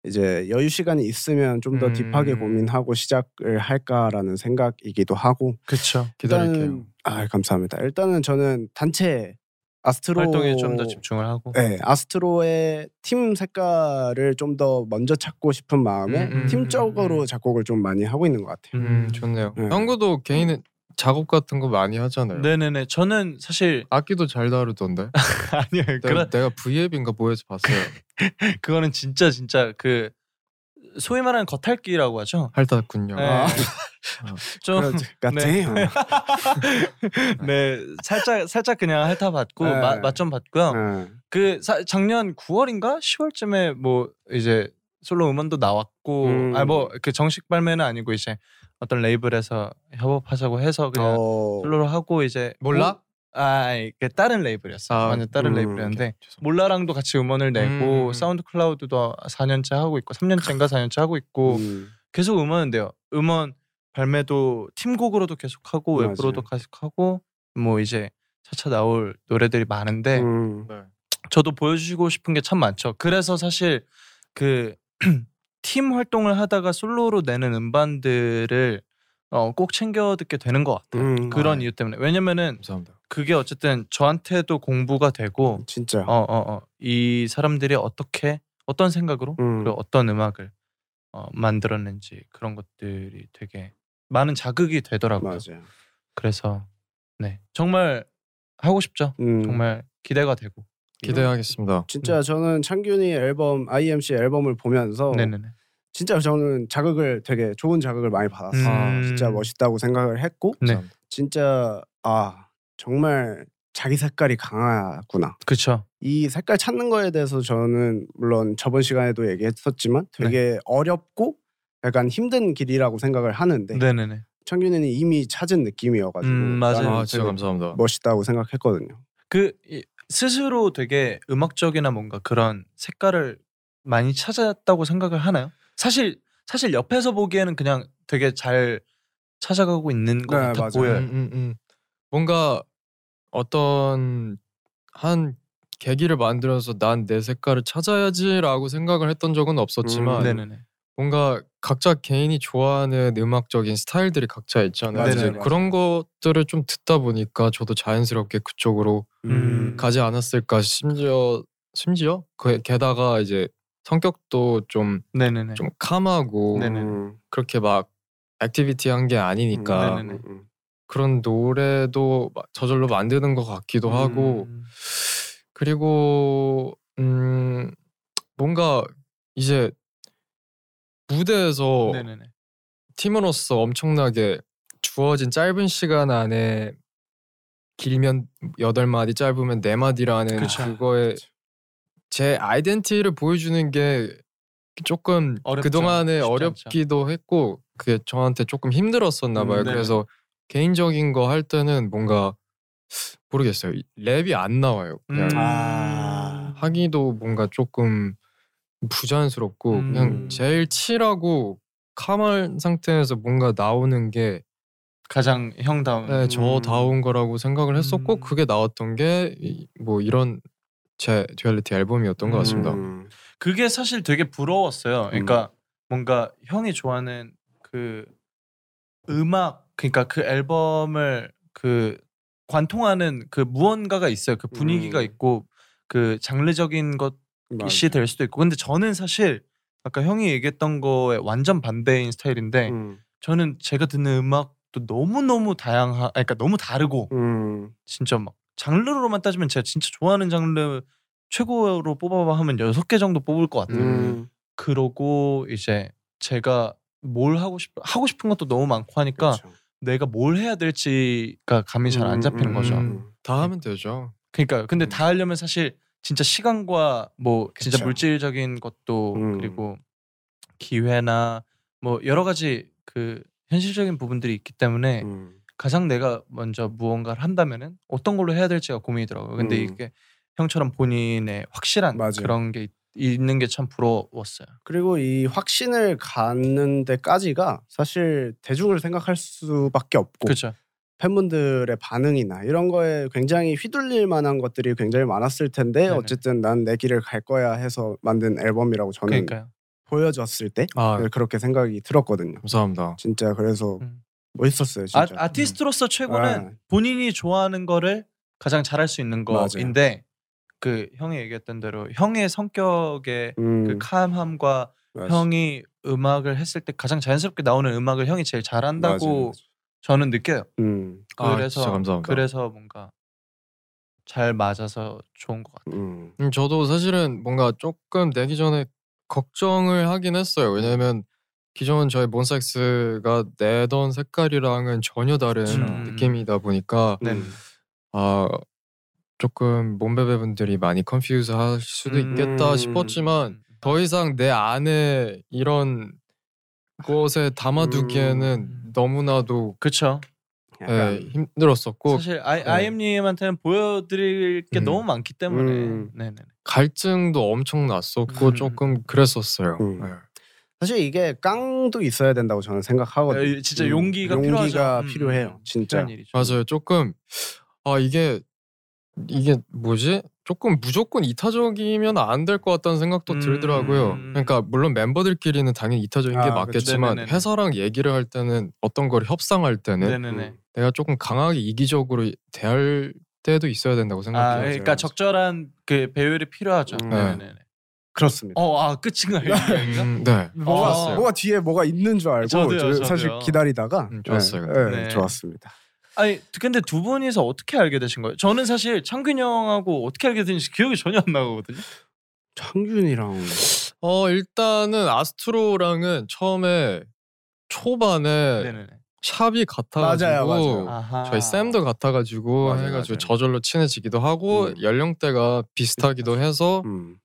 Speaker 1: 이제 여유 시간이 있으면 좀 더
Speaker 2: 음.
Speaker 1: 딥하게 고민하고 시작을 할까라는 생각이기도 하고
Speaker 3: 그렇죠.
Speaker 2: 기다릴게요.
Speaker 1: 일단은- 아 감사합니다. 일단은 저는 단체 아스트로
Speaker 3: 활동에 좀 더 집중을 하고.
Speaker 1: 네, 아스트로의 팀 색깔을 좀 더 먼저 찾고 싶은 마음에
Speaker 2: 음, 음,
Speaker 1: 팀적으로
Speaker 2: 음.
Speaker 1: 작곡을 좀 많이 하고 있는 것 같아요.
Speaker 2: 음, 좋네요.
Speaker 1: 네.
Speaker 2: 형구도 개인 작업 같은 거 많이 하잖아요.
Speaker 3: 네네네. 저는 사실
Speaker 2: 악기도 잘 다루던데.
Speaker 3: 아니요.
Speaker 2: 내가, 내가 V앱인가 뭐에서 봤어요.
Speaker 3: 그거는 진짜 진짜 그 소위 말하는 겉핥기라고 하죠.
Speaker 2: 핥았군요.
Speaker 3: 네.
Speaker 1: 아.
Speaker 3: 좀
Speaker 1: 같아요.
Speaker 3: 네, 살짝 살짝 그냥 핥아봤고
Speaker 1: 네.
Speaker 3: 맛 좀 봤고요. 그 사- 작년 9월인가 10월쯤에 뭐 이제 솔로 음원도 나왔고,
Speaker 1: 음.
Speaker 3: 아 뭐 그 정식 발매는 아니고 이제 어떤 레이블에서 협업하자고 해서 그냥
Speaker 1: 어,
Speaker 3: 솔로로 하고 이제
Speaker 2: 몰라?
Speaker 3: 아, 아니, 그 다른 레이블이었어.
Speaker 2: 아,
Speaker 3: 완전 다른
Speaker 1: 음,
Speaker 3: 레이블이었는데
Speaker 2: 죄송합니다.
Speaker 3: 몰라랑도 같이 음원을 내고
Speaker 2: 음.
Speaker 3: 사운드 클라우드도 4년째 하고 있고 3년째인가 4년째 하고 있고
Speaker 1: 음,
Speaker 3: 계속 음원은 돼요. 음원 발매도 팀곡으로도 계속 하고
Speaker 1: 맞아요.
Speaker 3: 웹으로도 계속 하고 뭐 이제 차차 나올 노래들이 많은데
Speaker 1: 음,
Speaker 2: 네.
Speaker 3: 저도 보여주고 싶은 게 참 많죠. 그래서 사실 그 팀 활동을 하다가 솔로로 내는 음반들을 어, 꼭 챙겨 듣게 되는 것 같아요.
Speaker 1: 음,
Speaker 3: 그런
Speaker 2: 아.
Speaker 3: 이유 때문에 왜냐면은
Speaker 2: 감사합니다.
Speaker 3: 그게 어쨌든 저한테도 공부가 되고
Speaker 1: 진짜.
Speaker 3: 어 어 어 이 사람들이 어떻게 어떤 생각으로
Speaker 1: 음.
Speaker 3: 그리고 어떤 음악을 어, 만들었는지 그런 것들이 되게 많은 자극이 되더라고요.
Speaker 1: 맞아요.
Speaker 3: 그래서 네 정말 하고 싶죠.
Speaker 1: 음,
Speaker 3: 정말 음. 기대가 되고.
Speaker 2: 기대하겠습니다.
Speaker 1: 진짜 저는 창균이 앨범 IMC 앨범을 보면서
Speaker 3: 음. 네네네.
Speaker 1: 진짜 저는 자극을 되게 좋은 자극을 많이 받았어요.
Speaker 3: 음.
Speaker 1: 아, 진짜 멋있다고 생각을 했고
Speaker 3: 네.
Speaker 2: 감사합니다.
Speaker 1: 진짜 아 정말 자기 색깔이 강하구나.
Speaker 3: 그렇죠.
Speaker 1: 이 색깔 찾는 거에 대해서 저는 물론 저번 시간에도 얘기했었지만
Speaker 3: 네.
Speaker 1: 되게 어렵고 약간 힘든 길이라고 생각을 하는데
Speaker 3: 네. 네네
Speaker 1: 청균이는 이미 찾은 느낌이어가지고
Speaker 3: 음, 맞아요.
Speaker 1: 나는
Speaker 2: 아 진짜
Speaker 1: 되게
Speaker 2: 감사합니다.
Speaker 1: 멋있다고 생각했거든요.
Speaker 3: 그 이- 스스로 되게 음악적이나 뭔가 그런 색깔을 많이 찾았다고 생각을 하나요? 사실 사실 옆에서 보기에는 그냥 되게 잘 찾아가고 있는 것
Speaker 1: 네,
Speaker 3: 같아
Speaker 1: 맞아요.
Speaker 2: 음,
Speaker 3: 보여요.
Speaker 2: 음, 음. 뭔가 어떤 한 계기를 만들어서 난 내 색깔을 찾아야지라고 생각을 했던 적은 없었지만
Speaker 1: 음,
Speaker 3: 네네네.
Speaker 2: 뭔가 각자 개인이 좋아하는 음악적인 스타일들이 각자 있잖아요.
Speaker 3: 맞아요,
Speaker 2: 이제
Speaker 1: 맞아요.
Speaker 2: 그런 것들을 좀 듣다 보니까 저도 자연스럽게 그쪽으로
Speaker 3: 음.
Speaker 2: 가지 않았을까 심지어 심지어 그- 게다가 이제 성격도 좀 좀
Speaker 3: 네네네.
Speaker 2: 캄하고
Speaker 3: 네네.
Speaker 1: 음,
Speaker 2: 그렇게 막 액티비티 한 게 아니니까
Speaker 3: 네네. 네네네.
Speaker 1: 음,
Speaker 2: 그런 노래도 마- 저절로 만드는 것 같기도 하고
Speaker 3: 음.
Speaker 2: 그리고 음 뭔가 이제 무대에서
Speaker 3: 네네네.
Speaker 2: 팀으로서 엄청나게 주어진 짧은 시간 안에 길면 여덟 마디 짧으면 네 마디라는
Speaker 3: 그쵸.
Speaker 2: 거에제 아이덴티를 보여주는 게 조금
Speaker 3: 어렵죠.
Speaker 2: 그동안에
Speaker 3: 쉽지 않죠.
Speaker 2: 어렵기도 했고 그게 저한테 조금 힘들었었나
Speaker 3: 음,
Speaker 2: 봐요.
Speaker 3: 네네.
Speaker 2: 그래서 개인적인 거 할 때는 뭔가 모르겠어요. 이 랩이 안 나와요. 그냥
Speaker 3: 음.
Speaker 1: 아.
Speaker 2: 하기도 뭔가 조금 부자연스럽고
Speaker 3: 음.
Speaker 2: 그냥 제일 칠하고 카말 상태에서 뭔가 나오는 게
Speaker 3: 가장 형다운.
Speaker 2: 네, 저다운 거라고 생각을 했었고
Speaker 3: 음.
Speaker 2: 그게 나왔던 게 뭐 이런 제 듀얼리티 앨범이었던 것 같습니다.
Speaker 1: 음,
Speaker 3: 그게 사실 되게 부러웠어요. 그러니까 뭔가 형이 좋아하는 그 음악 그러니까 그 앨범을 그 관통하는 그 무언가가 있어요. 그 분위기가
Speaker 1: 음.
Speaker 3: 있고 그 장르적인
Speaker 1: 맞아.
Speaker 3: 것이 될 수도 있고. 근데 저는 사실 아까 형이 얘기했던 거에 완전 반대인 스타일인데
Speaker 1: 음,
Speaker 3: 저는 제가 듣는 음악도 너무 너무 다양하, 아니, 그러니까 너무 다르고
Speaker 1: 음,
Speaker 3: 진짜 막 장르로만 따지면 제가 진짜 좋아하는 장르 최고로 뽑아봐 하면 여섯 개 정도 뽑을 것 같아요.
Speaker 1: 음,
Speaker 3: 그러고 이제 제가 뭘 하고 싶 하고 싶은 것도 너무 많고 하니까
Speaker 1: 그쵸.
Speaker 3: 내가 뭘 해야 될지가 감이 그러니까 잘 안
Speaker 1: 음,
Speaker 3: 잡히는
Speaker 1: 그렇죠. 음,
Speaker 3: 거죠.
Speaker 1: 음.
Speaker 2: 다 하면 되죠.
Speaker 3: 그러니까 근데
Speaker 2: 음.
Speaker 3: 다 하려면 사실 진짜 시간과 뭐 진짜
Speaker 1: 그쵸.
Speaker 3: 물질적인 것도
Speaker 1: 음.
Speaker 3: 그리고 기회나 뭐 여러 가지 그 현실적인 부분들이 있기 때문에
Speaker 1: 음,
Speaker 3: 가장 내가 먼저 무언가를 한다면은 어떤 걸로 해야 될지가 고민이더라고요. 근데
Speaker 1: 음.
Speaker 3: 이게 형처럼 본인의 확실한
Speaker 1: 맞아요.
Speaker 3: 그런 게 있- 있는 게 참 부러웠어요.
Speaker 1: 그리고 이 확신을 갖는 데까지가 사실 대중을 생각할 수밖에 없고
Speaker 3: 그렇죠.
Speaker 1: 팬분들의 반응이나 이런 거에 굉장히 휘둘릴 만한 것들이 굉장히 많았을 텐데
Speaker 3: 네네.
Speaker 1: 어쨌든 난 내 길을 갈 거야 해서 만든 앨범이라고 저는
Speaker 3: 그러니까요.
Speaker 1: 보여졌을 때 네,
Speaker 2: 아
Speaker 1: 그렇게 생각이 들었거든요.
Speaker 2: 감사합니다.
Speaker 1: 진짜 그래서
Speaker 3: 음.
Speaker 1: 멋있었어요 진짜.
Speaker 3: 아, 아티스트로서 최고는
Speaker 1: 아,
Speaker 3: 본인이 좋아하는 거를 가장 잘할 수 있는
Speaker 1: 맞아요.
Speaker 3: 거인데 그 형이 얘기했던 대로 형의 성격의
Speaker 1: 음,
Speaker 3: 그 캄함과
Speaker 1: 맞아.
Speaker 3: 형이 음악을 했을 때 가장 자연스럽게 나오는 음악을 형이 제일
Speaker 1: 맞아요,
Speaker 3: 잘한다고
Speaker 1: 맞아요.
Speaker 3: 저는 느껴요.
Speaker 1: 음,
Speaker 2: 아,
Speaker 3: 그래서
Speaker 2: 진짜 감사합니다.
Speaker 3: 그래서 뭔가 잘 맞아서 좋은 것 같아요.
Speaker 1: 음,
Speaker 2: 음, 저도 사실은 뭔가 조금 내기 전에 걱정을 하긴 했어요. 왜냐면 기존 저희 몬스타엑스가 내던 색깔이랑은 전혀 다른
Speaker 3: 음.
Speaker 2: 느낌이다 보니까
Speaker 1: 네.
Speaker 3: 음.
Speaker 2: 아 조금 몸베베 분들이 많이 컨퓨즈 할 수도
Speaker 3: 음.
Speaker 2: 있겠다 싶었지만 더 이상 내 안에 이런 것에 담아두기에는
Speaker 3: 음.
Speaker 2: 너무나도
Speaker 3: 그렇죠.
Speaker 2: 예,
Speaker 1: 약간
Speaker 2: 힘들었었고
Speaker 3: 사실 아이
Speaker 1: 네.
Speaker 3: 아이엠님한테는 보여드릴 게
Speaker 2: 음.
Speaker 3: 너무 많기 때문에
Speaker 1: 음.
Speaker 3: 네네네.
Speaker 2: 갈증도 엄청 났었고
Speaker 3: 음.
Speaker 2: 조금 그랬었어요.
Speaker 1: 음.
Speaker 2: 예.
Speaker 1: 사실 이게 깡도 있어야 된다고 저는 생각하거든요.
Speaker 3: 에, 예, 진짜 용기가 필요하죠. 음, 음,
Speaker 1: 해요
Speaker 3: 음.
Speaker 1: 진짜.
Speaker 3: 그런 일이죠.
Speaker 2: 맞아요. 조금 아 이게 이게 뭐지? 조금 무조건 이타적이면 안 될 것 같다는 생각도
Speaker 3: 음.
Speaker 2: 들더라고요. 그러니까 물론 멤버들끼리는 당연히 이타적인 게
Speaker 1: 아,
Speaker 2: 맞겠지만
Speaker 3: 그쵸. 네네네.
Speaker 2: 회사랑 얘기를 할 때는 어떤 걸 협상할 때는
Speaker 3: 네네네.
Speaker 1: 음.
Speaker 2: 내가 조금 강하게 이기적으로 대할 때도 있어야 된다고
Speaker 3: 아
Speaker 2: 생각해요.
Speaker 3: 그러니까 적절한 그 배율이 필요하죠.
Speaker 1: 음.
Speaker 3: 네네네.
Speaker 1: 그렇습니다.
Speaker 3: 어아 끝인가요? 이야기가?
Speaker 2: 음, 네.
Speaker 3: 뭐-
Speaker 1: 좋았어요.
Speaker 3: 어.
Speaker 1: 뭐가 뒤에 뭐가 있는 줄 알고
Speaker 3: 저도요,
Speaker 1: 저 사실
Speaker 3: 저도요.
Speaker 1: 기다리다가
Speaker 2: 음, 좋았어요.
Speaker 1: 네, 네,
Speaker 3: 네.
Speaker 1: 좋았습니다.
Speaker 3: 아니 근데 두 분이서 어떻게 알게 되신 거예요? 저는 사실 창균 형하고 어떻게 알게 되는지 기억이 전혀 안 나거든요.
Speaker 1: 창균이랑
Speaker 2: 어 일단은 아스트로랑은 처음에 초반에
Speaker 3: 네네네.
Speaker 2: 샵이 같아가지고
Speaker 1: 맞아요, 맞아요.
Speaker 3: 아하.
Speaker 2: 저희 쌤도 같아가지고
Speaker 1: 맞아요,
Speaker 2: 해가지고
Speaker 1: 맞아요.
Speaker 2: 저절로 친해지기도 하고
Speaker 1: 음.
Speaker 2: 연령대가 비슷하기도 해서
Speaker 1: 음.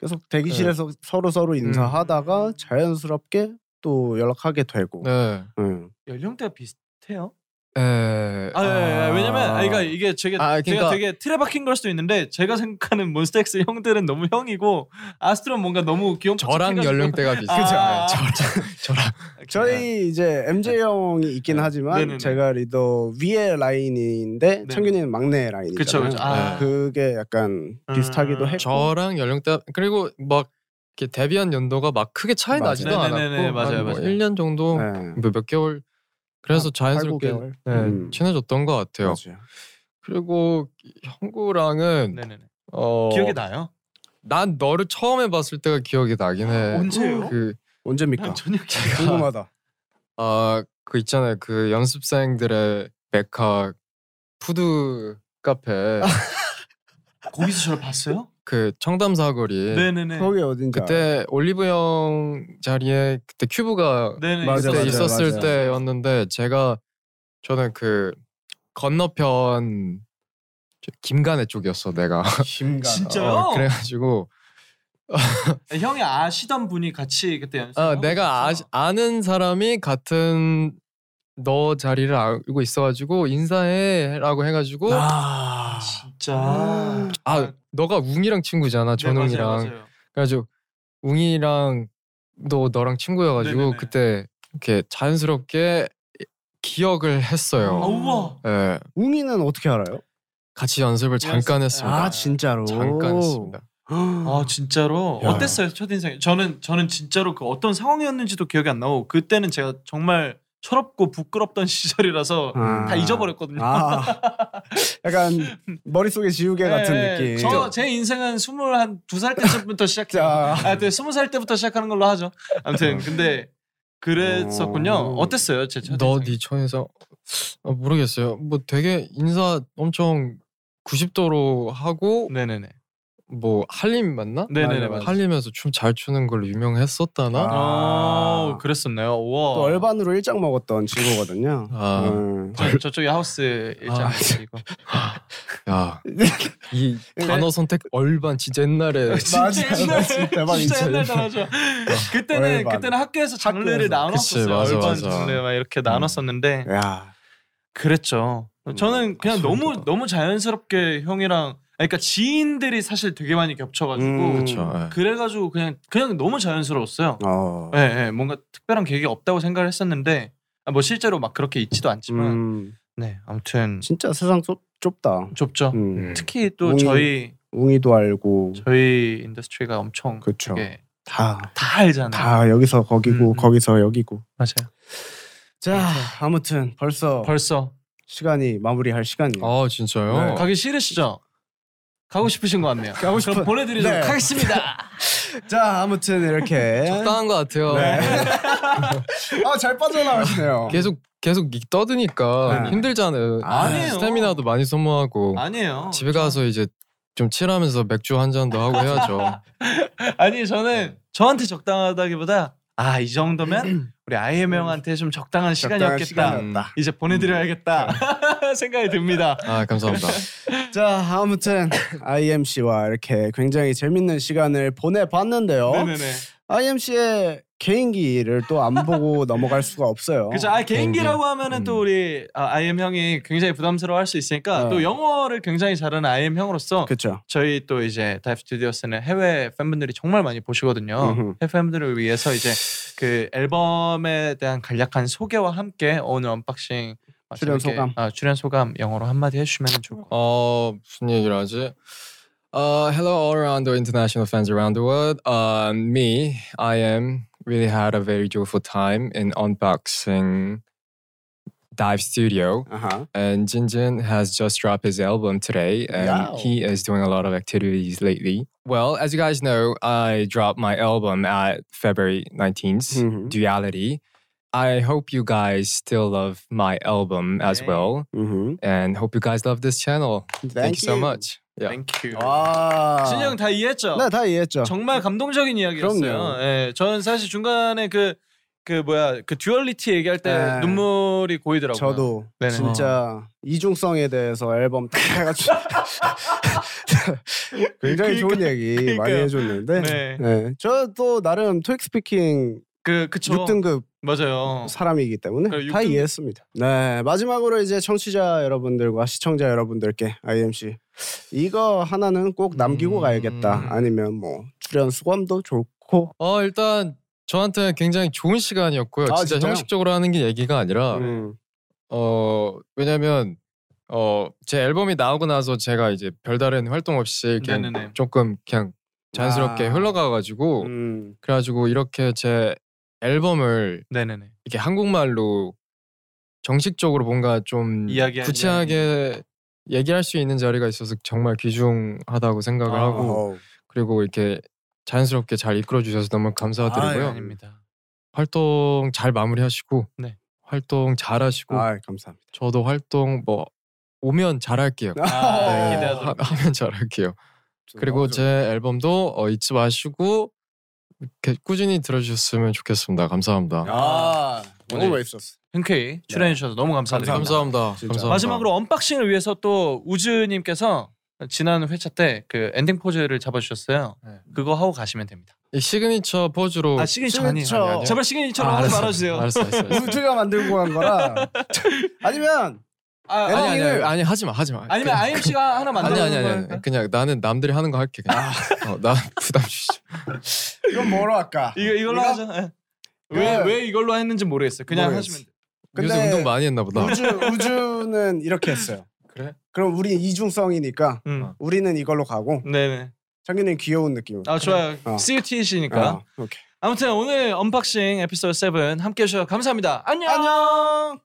Speaker 1: 계속 대기실에서
Speaker 2: 네.
Speaker 1: 서로
Speaker 2: 음.
Speaker 1: 서로 인사하다가 자연스럽게 또 연락하게 되고.
Speaker 2: 네.
Speaker 1: 음.
Speaker 3: 연령대가 비슷해요?
Speaker 2: 에...
Speaker 3: 아, 예, 예. 왜냐면 아, 그러니까 이게 제가 제가
Speaker 2: 아, 그러니까-
Speaker 3: 되게 틀에 박힌 걸 수도 있는데 제가 생각하는 몬스타엑스 형들은 너무 형이고 아스트론 뭔가 너무 귀염.
Speaker 2: 저랑 연령대가 비슷해요.
Speaker 3: 그죠.
Speaker 2: 네, 저랑 저랑
Speaker 3: 아,
Speaker 1: 저희 이제 MJ 형이 있긴
Speaker 3: 네.
Speaker 1: 하지만
Speaker 3: 네네네. 네,
Speaker 1: 제가 리더 위에 라인인데 창균이는 막내 라인이잖아요.
Speaker 3: 그쵸 그쵸. 아,
Speaker 2: 네.
Speaker 1: 그게 약간
Speaker 3: 음.
Speaker 1: 비슷하기도 했고.
Speaker 2: 저랑 연령대 그리고 막 이렇게 데뷔한 연도가 막 크게 차이
Speaker 1: 맞아요.
Speaker 2: 나지도
Speaker 3: 네네네네,
Speaker 2: 않았고
Speaker 3: 맞아요,
Speaker 2: 한뭐
Speaker 3: 맞아요.
Speaker 2: 1년 정도
Speaker 1: 네.
Speaker 2: 몇, 몇 개월 그래서 자연스럽게
Speaker 1: 8-9개월?
Speaker 2: 네,
Speaker 1: 음.
Speaker 2: 친해졌던 것 같아요.
Speaker 1: 맞아요.
Speaker 2: 그리고 형구랑은
Speaker 3: 네네네.
Speaker 2: 어,
Speaker 3: 기억이 나요?
Speaker 2: 난 너를 처음에 봤을 때가 기억이 나긴
Speaker 3: 아,
Speaker 2: 해.
Speaker 3: 언제요?
Speaker 2: 그
Speaker 1: 언제입니까?
Speaker 3: 난 전혀 기억 안 나.
Speaker 1: 궁금하다.
Speaker 2: 아, 그 있잖아요. 그 연습생들의 메카 푸드 카페
Speaker 3: 거기서 저를 봤어요?
Speaker 2: 그 청담 사거리.
Speaker 3: 네네네.
Speaker 1: 거기 어딘지 알아?
Speaker 2: 그때 올리브 형 자리에 그때 큐브가
Speaker 3: 네네.
Speaker 1: 맞아,
Speaker 2: 그때
Speaker 1: 맞아,
Speaker 2: 있었을
Speaker 1: 맞아.
Speaker 2: 때였는데 제가 저는 그 건너편 저- 김간의 쪽이었어 내가.
Speaker 1: 아, 심가.
Speaker 3: 진짜요?
Speaker 2: 어, 그래가지고
Speaker 3: 네, 형이 아시던 분이 같이 그때 연습.
Speaker 2: 아, 내가 아시, 아는 사람이 같은 너 자리를 알고 있어가지고 인사해라고
Speaker 3: 그
Speaker 2: 해가지고 아,
Speaker 1: 아.
Speaker 3: 진짜.
Speaker 1: 아,
Speaker 2: 너가 웅이랑 친구잖아
Speaker 3: 네,
Speaker 2: 전웅이랑
Speaker 3: 맞아요, 맞아요.
Speaker 2: 그래가지고 웅이랑 너 너랑 친구여가지고
Speaker 3: 네네네.
Speaker 2: 그때 이렇게 자연스럽게 기억을
Speaker 3: 아,
Speaker 2: 했어요.
Speaker 3: 우와.
Speaker 2: 예,
Speaker 1: 웅이는 어떻게 알아요?
Speaker 2: 같이 연습을 잠깐
Speaker 3: 연습-
Speaker 2: 했습니다.
Speaker 1: 아 진짜로.
Speaker 2: 잠깐 했습니다.
Speaker 3: 아 진짜로
Speaker 1: 야.
Speaker 3: 어땠어요 첫 인상이? 저는 저는 진짜로 그 어떤 상황이었는지도 기억이 안 나고 그때는 제가 정말 철없고 부끄럽던 시절이라서
Speaker 1: 아.
Speaker 3: 다 잊어버렸거든요.
Speaker 1: 아, 약간 머릿속에 지우개 같은
Speaker 3: 예, 예.
Speaker 1: 느낌.
Speaker 3: 저, 제 인생은 스물 한 두 살 때부터 시작해요.
Speaker 1: 자.
Speaker 3: 아, 네, 스무 살 때부터 시작하는 걸로 하죠. 아무튼 근데 그랬었군요.
Speaker 1: 어.
Speaker 3: 어땠어요, 제 첫. 인상이?
Speaker 2: 너네 천에서 아, 모르겠어요. 뭐 되게 인사 엄청 90도로 하고
Speaker 3: 네네네.
Speaker 2: 뭐 한림 맞나?
Speaker 3: 네네네.
Speaker 1: 맞아.
Speaker 3: 맞아.
Speaker 2: 한림에서 춤 잘 추는 걸로 유명했었다나?
Speaker 1: 아.
Speaker 2: 아,
Speaker 3: 아, 그랬었나요. 우와.
Speaker 1: 또 얼반으로 일장 먹었던 친구거든요. 음.
Speaker 3: 저, 저쪽에 하우스 일장
Speaker 2: 아.
Speaker 3: 이거.
Speaker 2: 야, 이
Speaker 1: 네.
Speaker 2: 단어 선택 얼반 진짜
Speaker 3: 네.
Speaker 2: 옛날에
Speaker 1: 맞아요, 맞아요. 대박
Speaker 3: 진짜
Speaker 1: 인터뷰.
Speaker 3: 옛날 단어죠. 그때는
Speaker 1: 얼반.
Speaker 3: 그때는 학교에서 장르를
Speaker 1: 학교에서. 음. 네.
Speaker 2: 그치,
Speaker 3: 나눴었어요.
Speaker 2: 맞아,
Speaker 3: 얼반
Speaker 2: 맞아.
Speaker 3: 장르 막 이렇게 나눴었는데
Speaker 1: 야,
Speaker 3: 그랬죠. 저는 그냥
Speaker 1: 아,
Speaker 3: 너무
Speaker 1: 그러니까.
Speaker 3: 너무 자연스럽게 형이랑 아니, 그러니까 지인들이 사실 되게 많이 겹쳐가지고
Speaker 1: 음.
Speaker 2: 그쵸, 예.
Speaker 3: 그래가지고 그냥 그냥 너무 자연스러웠어요.
Speaker 1: 어,
Speaker 3: 예, 예, 뭔가 특별한 계획이 없다고 생각을 했었는데 아, 뭐 실제로 막 그렇게 있지도 않지만
Speaker 1: 음,
Speaker 3: 네 아무튼
Speaker 1: 진짜 세상 좁, 좁다.
Speaker 3: 좁죠.
Speaker 1: 음.
Speaker 3: 특히 또
Speaker 1: 음.
Speaker 3: 저희
Speaker 1: 웅이도 알고,
Speaker 3: 저희 인더스트리가 엄청
Speaker 1: 그렇죠.
Speaker 3: 되게
Speaker 1: 다,
Speaker 3: 다 알잖아요.
Speaker 1: 다 여기서 거기고
Speaker 3: 음, 음.
Speaker 1: 거기서 여기고.
Speaker 3: 맞아요.
Speaker 1: 자, 아무튼 벌써
Speaker 3: 벌써 어.
Speaker 1: 시간이 마무리할 시간이에요.
Speaker 2: 아 진짜요?
Speaker 1: 네.
Speaker 3: 가기 싫으시죠? 가고 싶으신 것 같네요.
Speaker 1: 가고 싶어.
Speaker 3: 그럼 보내드리도록
Speaker 1: 네.
Speaker 3: 하겠습니다.
Speaker 1: 자, 아무튼 이렇게.
Speaker 2: 적당한 것 같아요.
Speaker 1: 네. 아, 잘 빠져나가시네요.
Speaker 2: 계속 계속 이- 떠드니까
Speaker 1: 네.
Speaker 2: 힘들잖아요.
Speaker 1: 아니에요.
Speaker 2: 스태미나도 많이 소모하고
Speaker 3: 아니에요.
Speaker 2: 집에 가서 이제 좀 칠하면서 맥주 한 잔도 하고 해야죠.
Speaker 3: 아니 저는 저한테 적당하다기보다 아 이 정도면 우리 아이엠 형한테 좀
Speaker 1: 적당한
Speaker 3: 적당한 시간이었겠다. 음.
Speaker 1: 시간이었다. 음.
Speaker 3: 이제 보내드려야겠다 생각이 듭니다.
Speaker 2: 아 감사합니다.
Speaker 1: 네. 자, 아무튼 IMC와 이렇게 굉장히 재밌는 시간을 보내봤는데요.
Speaker 3: 네네네.
Speaker 1: IMC의 개인기를 또 안 보고 넘어갈 수가 없어요.
Speaker 3: 그죠. 아 개인기라고
Speaker 2: 개인기.
Speaker 3: 하면은
Speaker 2: 음.
Speaker 3: 또 우리 아, 아이엠 형이 굉장히 부담스러워할 수 있으니까
Speaker 1: 어.
Speaker 3: 또 영어를 굉장히 잘하는 아이엠 형으로서
Speaker 1: 그렇죠.
Speaker 3: 저희 또 이제 다이브 스튜디오스는 해외 팬분들이 정말 많이 보시거든요.
Speaker 1: 음흠.
Speaker 3: 해외 팬분들을 위해서 이제 그 앨범에 대한 간략한 소개와 함께 오늘 언박싱 어,
Speaker 1: 출연
Speaker 3: 재밌게,
Speaker 1: 소감.
Speaker 3: 아, 출연 소감 영어로 한마디 해주시면 좋을 것 같아요.
Speaker 2: 어 무슨 얘기를 하지? Uh, hello all around the international fans around the world. Uh, me, I am really had a very joyful time in unboxing dive studio.
Speaker 1: 아하.
Speaker 2: And Jinjin has just dropped his album today, and
Speaker 1: Wow.
Speaker 2: he is doing a lot of activities lately. Well, as you guys know, I dropped my album at February 19th,
Speaker 1: Mhm.
Speaker 2: Duality. I hope you guys still love my album as
Speaker 3: Yay.
Speaker 2: well,
Speaker 1: 음흠.
Speaker 2: and hope you guys love this channel.
Speaker 1: Thank,
Speaker 2: Thank, you so much. Yeah.
Speaker 3: Thank you.
Speaker 1: 와.
Speaker 3: 진영 다 이해했죠?
Speaker 1: 네, 다 이해했죠.
Speaker 3: 정말 감동적인 이야기였어요.
Speaker 1: 그럼요.
Speaker 3: 예, 저는 사실 중간에 그 그 뭐야 그 듀얼리티 얘기할 때
Speaker 1: 네.
Speaker 3: 눈물이 고이더라고요.
Speaker 1: 저도
Speaker 3: 네네. 어.
Speaker 1: 진짜 이중성에 대해서 앨범 딱 해가지고 굉장히 좋은 얘기 많이
Speaker 3: 그러니까, 그러니까요.
Speaker 1: 해줬는데
Speaker 3: 네.
Speaker 1: 저 또 나름 토익 스피킹
Speaker 3: 그 그쵸.
Speaker 1: 6등급
Speaker 3: 맞아요.
Speaker 1: 사람이기 때문에
Speaker 3: 그래,
Speaker 1: 다
Speaker 3: 육등-
Speaker 1: 이해했습니다. 네 마지막으로 이제 청취자 여러분들과 시청자 여러분들께 IMC 이거 하나는 꼭 남기고
Speaker 2: 음.
Speaker 1: 가야겠다. 아니면 뭐 출연 수감도 좋고
Speaker 2: 어 일단 저한테 굉장히 좋은 시간이었고요.
Speaker 1: 아,
Speaker 2: 진짜
Speaker 1: 진짜요?
Speaker 2: 형식적으로 하는 게 얘기가 아니라
Speaker 1: 음,
Speaker 2: 어 왜냐면 어 제 앨범이 나오고 나서 제가 이제 별다른 활동 없이 그냥
Speaker 3: 네네네.
Speaker 2: 조금 그냥 자연스럽게
Speaker 1: 아.
Speaker 2: 흘러가가지고
Speaker 1: 음,
Speaker 2: 그래가지고 이렇게 제 앨범을
Speaker 3: 네네네.
Speaker 2: 이렇게 한국말로 정식적으로 뭔가 좀
Speaker 3: 이야기하는
Speaker 2: 구체하게 얘기할 수 있는 자리가 있어서 정말 귀중하다고 생각을
Speaker 3: 아.
Speaker 2: 하고
Speaker 1: 어우, 음.
Speaker 2: 그리고 이렇게 자연스럽게 잘 이끌어 주셔서 너무 감사드리고요.
Speaker 1: 아유, 아니.
Speaker 3: 아닙니다.
Speaker 2: 활동 잘 마무리하시고
Speaker 3: 네.
Speaker 2: 활동 잘하시고
Speaker 1: 아 감사합니다.
Speaker 2: 저도 활동 뭐 오면 잘할게요.
Speaker 3: 아,
Speaker 2: 네,
Speaker 3: 기대하도록 네,
Speaker 2: 하- 하면 잘할게요. 그리고
Speaker 1: 너무
Speaker 2: 제
Speaker 1: 좋-
Speaker 2: 앨범도 어, 잊지 마시고 이렇게 꾸준히 들어주셨으면 좋겠습니다. 감사합니다.
Speaker 1: 아
Speaker 2: 오늘-
Speaker 1: 너무 멋있었어.
Speaker 3: 흔쾌히 출연해 주셔서 너무 감사드립니다.
Speaker 2: 네, 감사합니다.
Speaker 1: 진짜.
Speaker 2: 감사합니다.
Speaker 3: 마지막으로 언박싱을 위해서 또 우즈님께서 지난 회차 때 그 엔딩 포즈를 잡아주셨어요.
Speaker 2: 네.
Speaker 3: 그거 하고 가시면 됩니다.
Speaker 2: 이 시그니처 포즈로
Speaker 3: 아 시그니처
Speaker 1: 아니,
Speaker 3: 아니에요.
Speaker 1: 시그니처.
Speaker 2: 아니.
Speaker 3: 제발 시그니처로
Speaker 2: 아,
Speaker 3: 하지
Speaker 2: 알았어.
Speaker 3: 말아주세요.
Speaker 2: 알았어, 알았어. 알았어.
Speaker 1: 우리 둘이가 만들고 한 거라 아니면
Speaker 3: 아, 아니,
Speaker 2: 아니 아니 아니,
Speaker 1: 에러기를-
Speaker 2: 아니 하지 마 하지 마.
Speaker 3: 아니면
Speaker 2: 그냥-
Speaker 3: 아이엠 씨가 하나
Speaker 2: 아니
Speaker 3: 만들어
Speaker 2: 아니
Speaker 3: 놓은
Speaker 2: 아니,
Speaker 3: 거니까.
Speaker 2: 아니 그냥 나는 남들이 하는 거 할게
Speaker 3: 아.
Speaker 2: 그냥. 어, 나 부담 주지.
Speaker 1: 이건 뭐로 할까?
Speaker 3: 이거 이걸로
Speaker 1: 이거?
Speaker 3: 하자. 예. 왜,
Speaker 1: 이거-
Speaker 3: 왜 이걸로 했는지 모르겠어요. 그냥
Speaker 1: 모르겠어.
Speaker 3: 하시면 돼.
Speaker 2: 요새
Speaker 1: 근데-
Speaker 2: 운동 많이 했나 보다.
Speaker 1: 우주 우주는 이렇게 했어요.
Speaker 2: 그래?
Speaker 1: 그럼 우리 이중성이니까
Speaker 3: 음.
Speaker 1: 우리는 이걸로 가고
Speaker 3: 네네.
Speaker 1: 장기는 귀여운 느낌으로.
Speaker 3: 아 그러니까? 좋아요.
Speaker 1: 어.
Speaker 3: CUT이시니까.
Speaker 1: 어, 오케이.
Speaker 3: 아무튼 오늘 언박싱 에피소드 7 함께 해주셔서 감사합니다. 안녕! 안녕!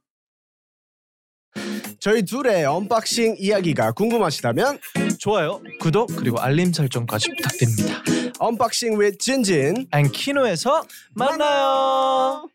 Speaker 1: 저희 둘의 언박싱 이야기가 궁금하시다면
Speaker 3: 좋아요, 구독, 그리고 알림 설정까지 부탁드립니다.
Speaker 1: 언박싱 with 진진.
Speaker 3: 앤키노에서 만나요.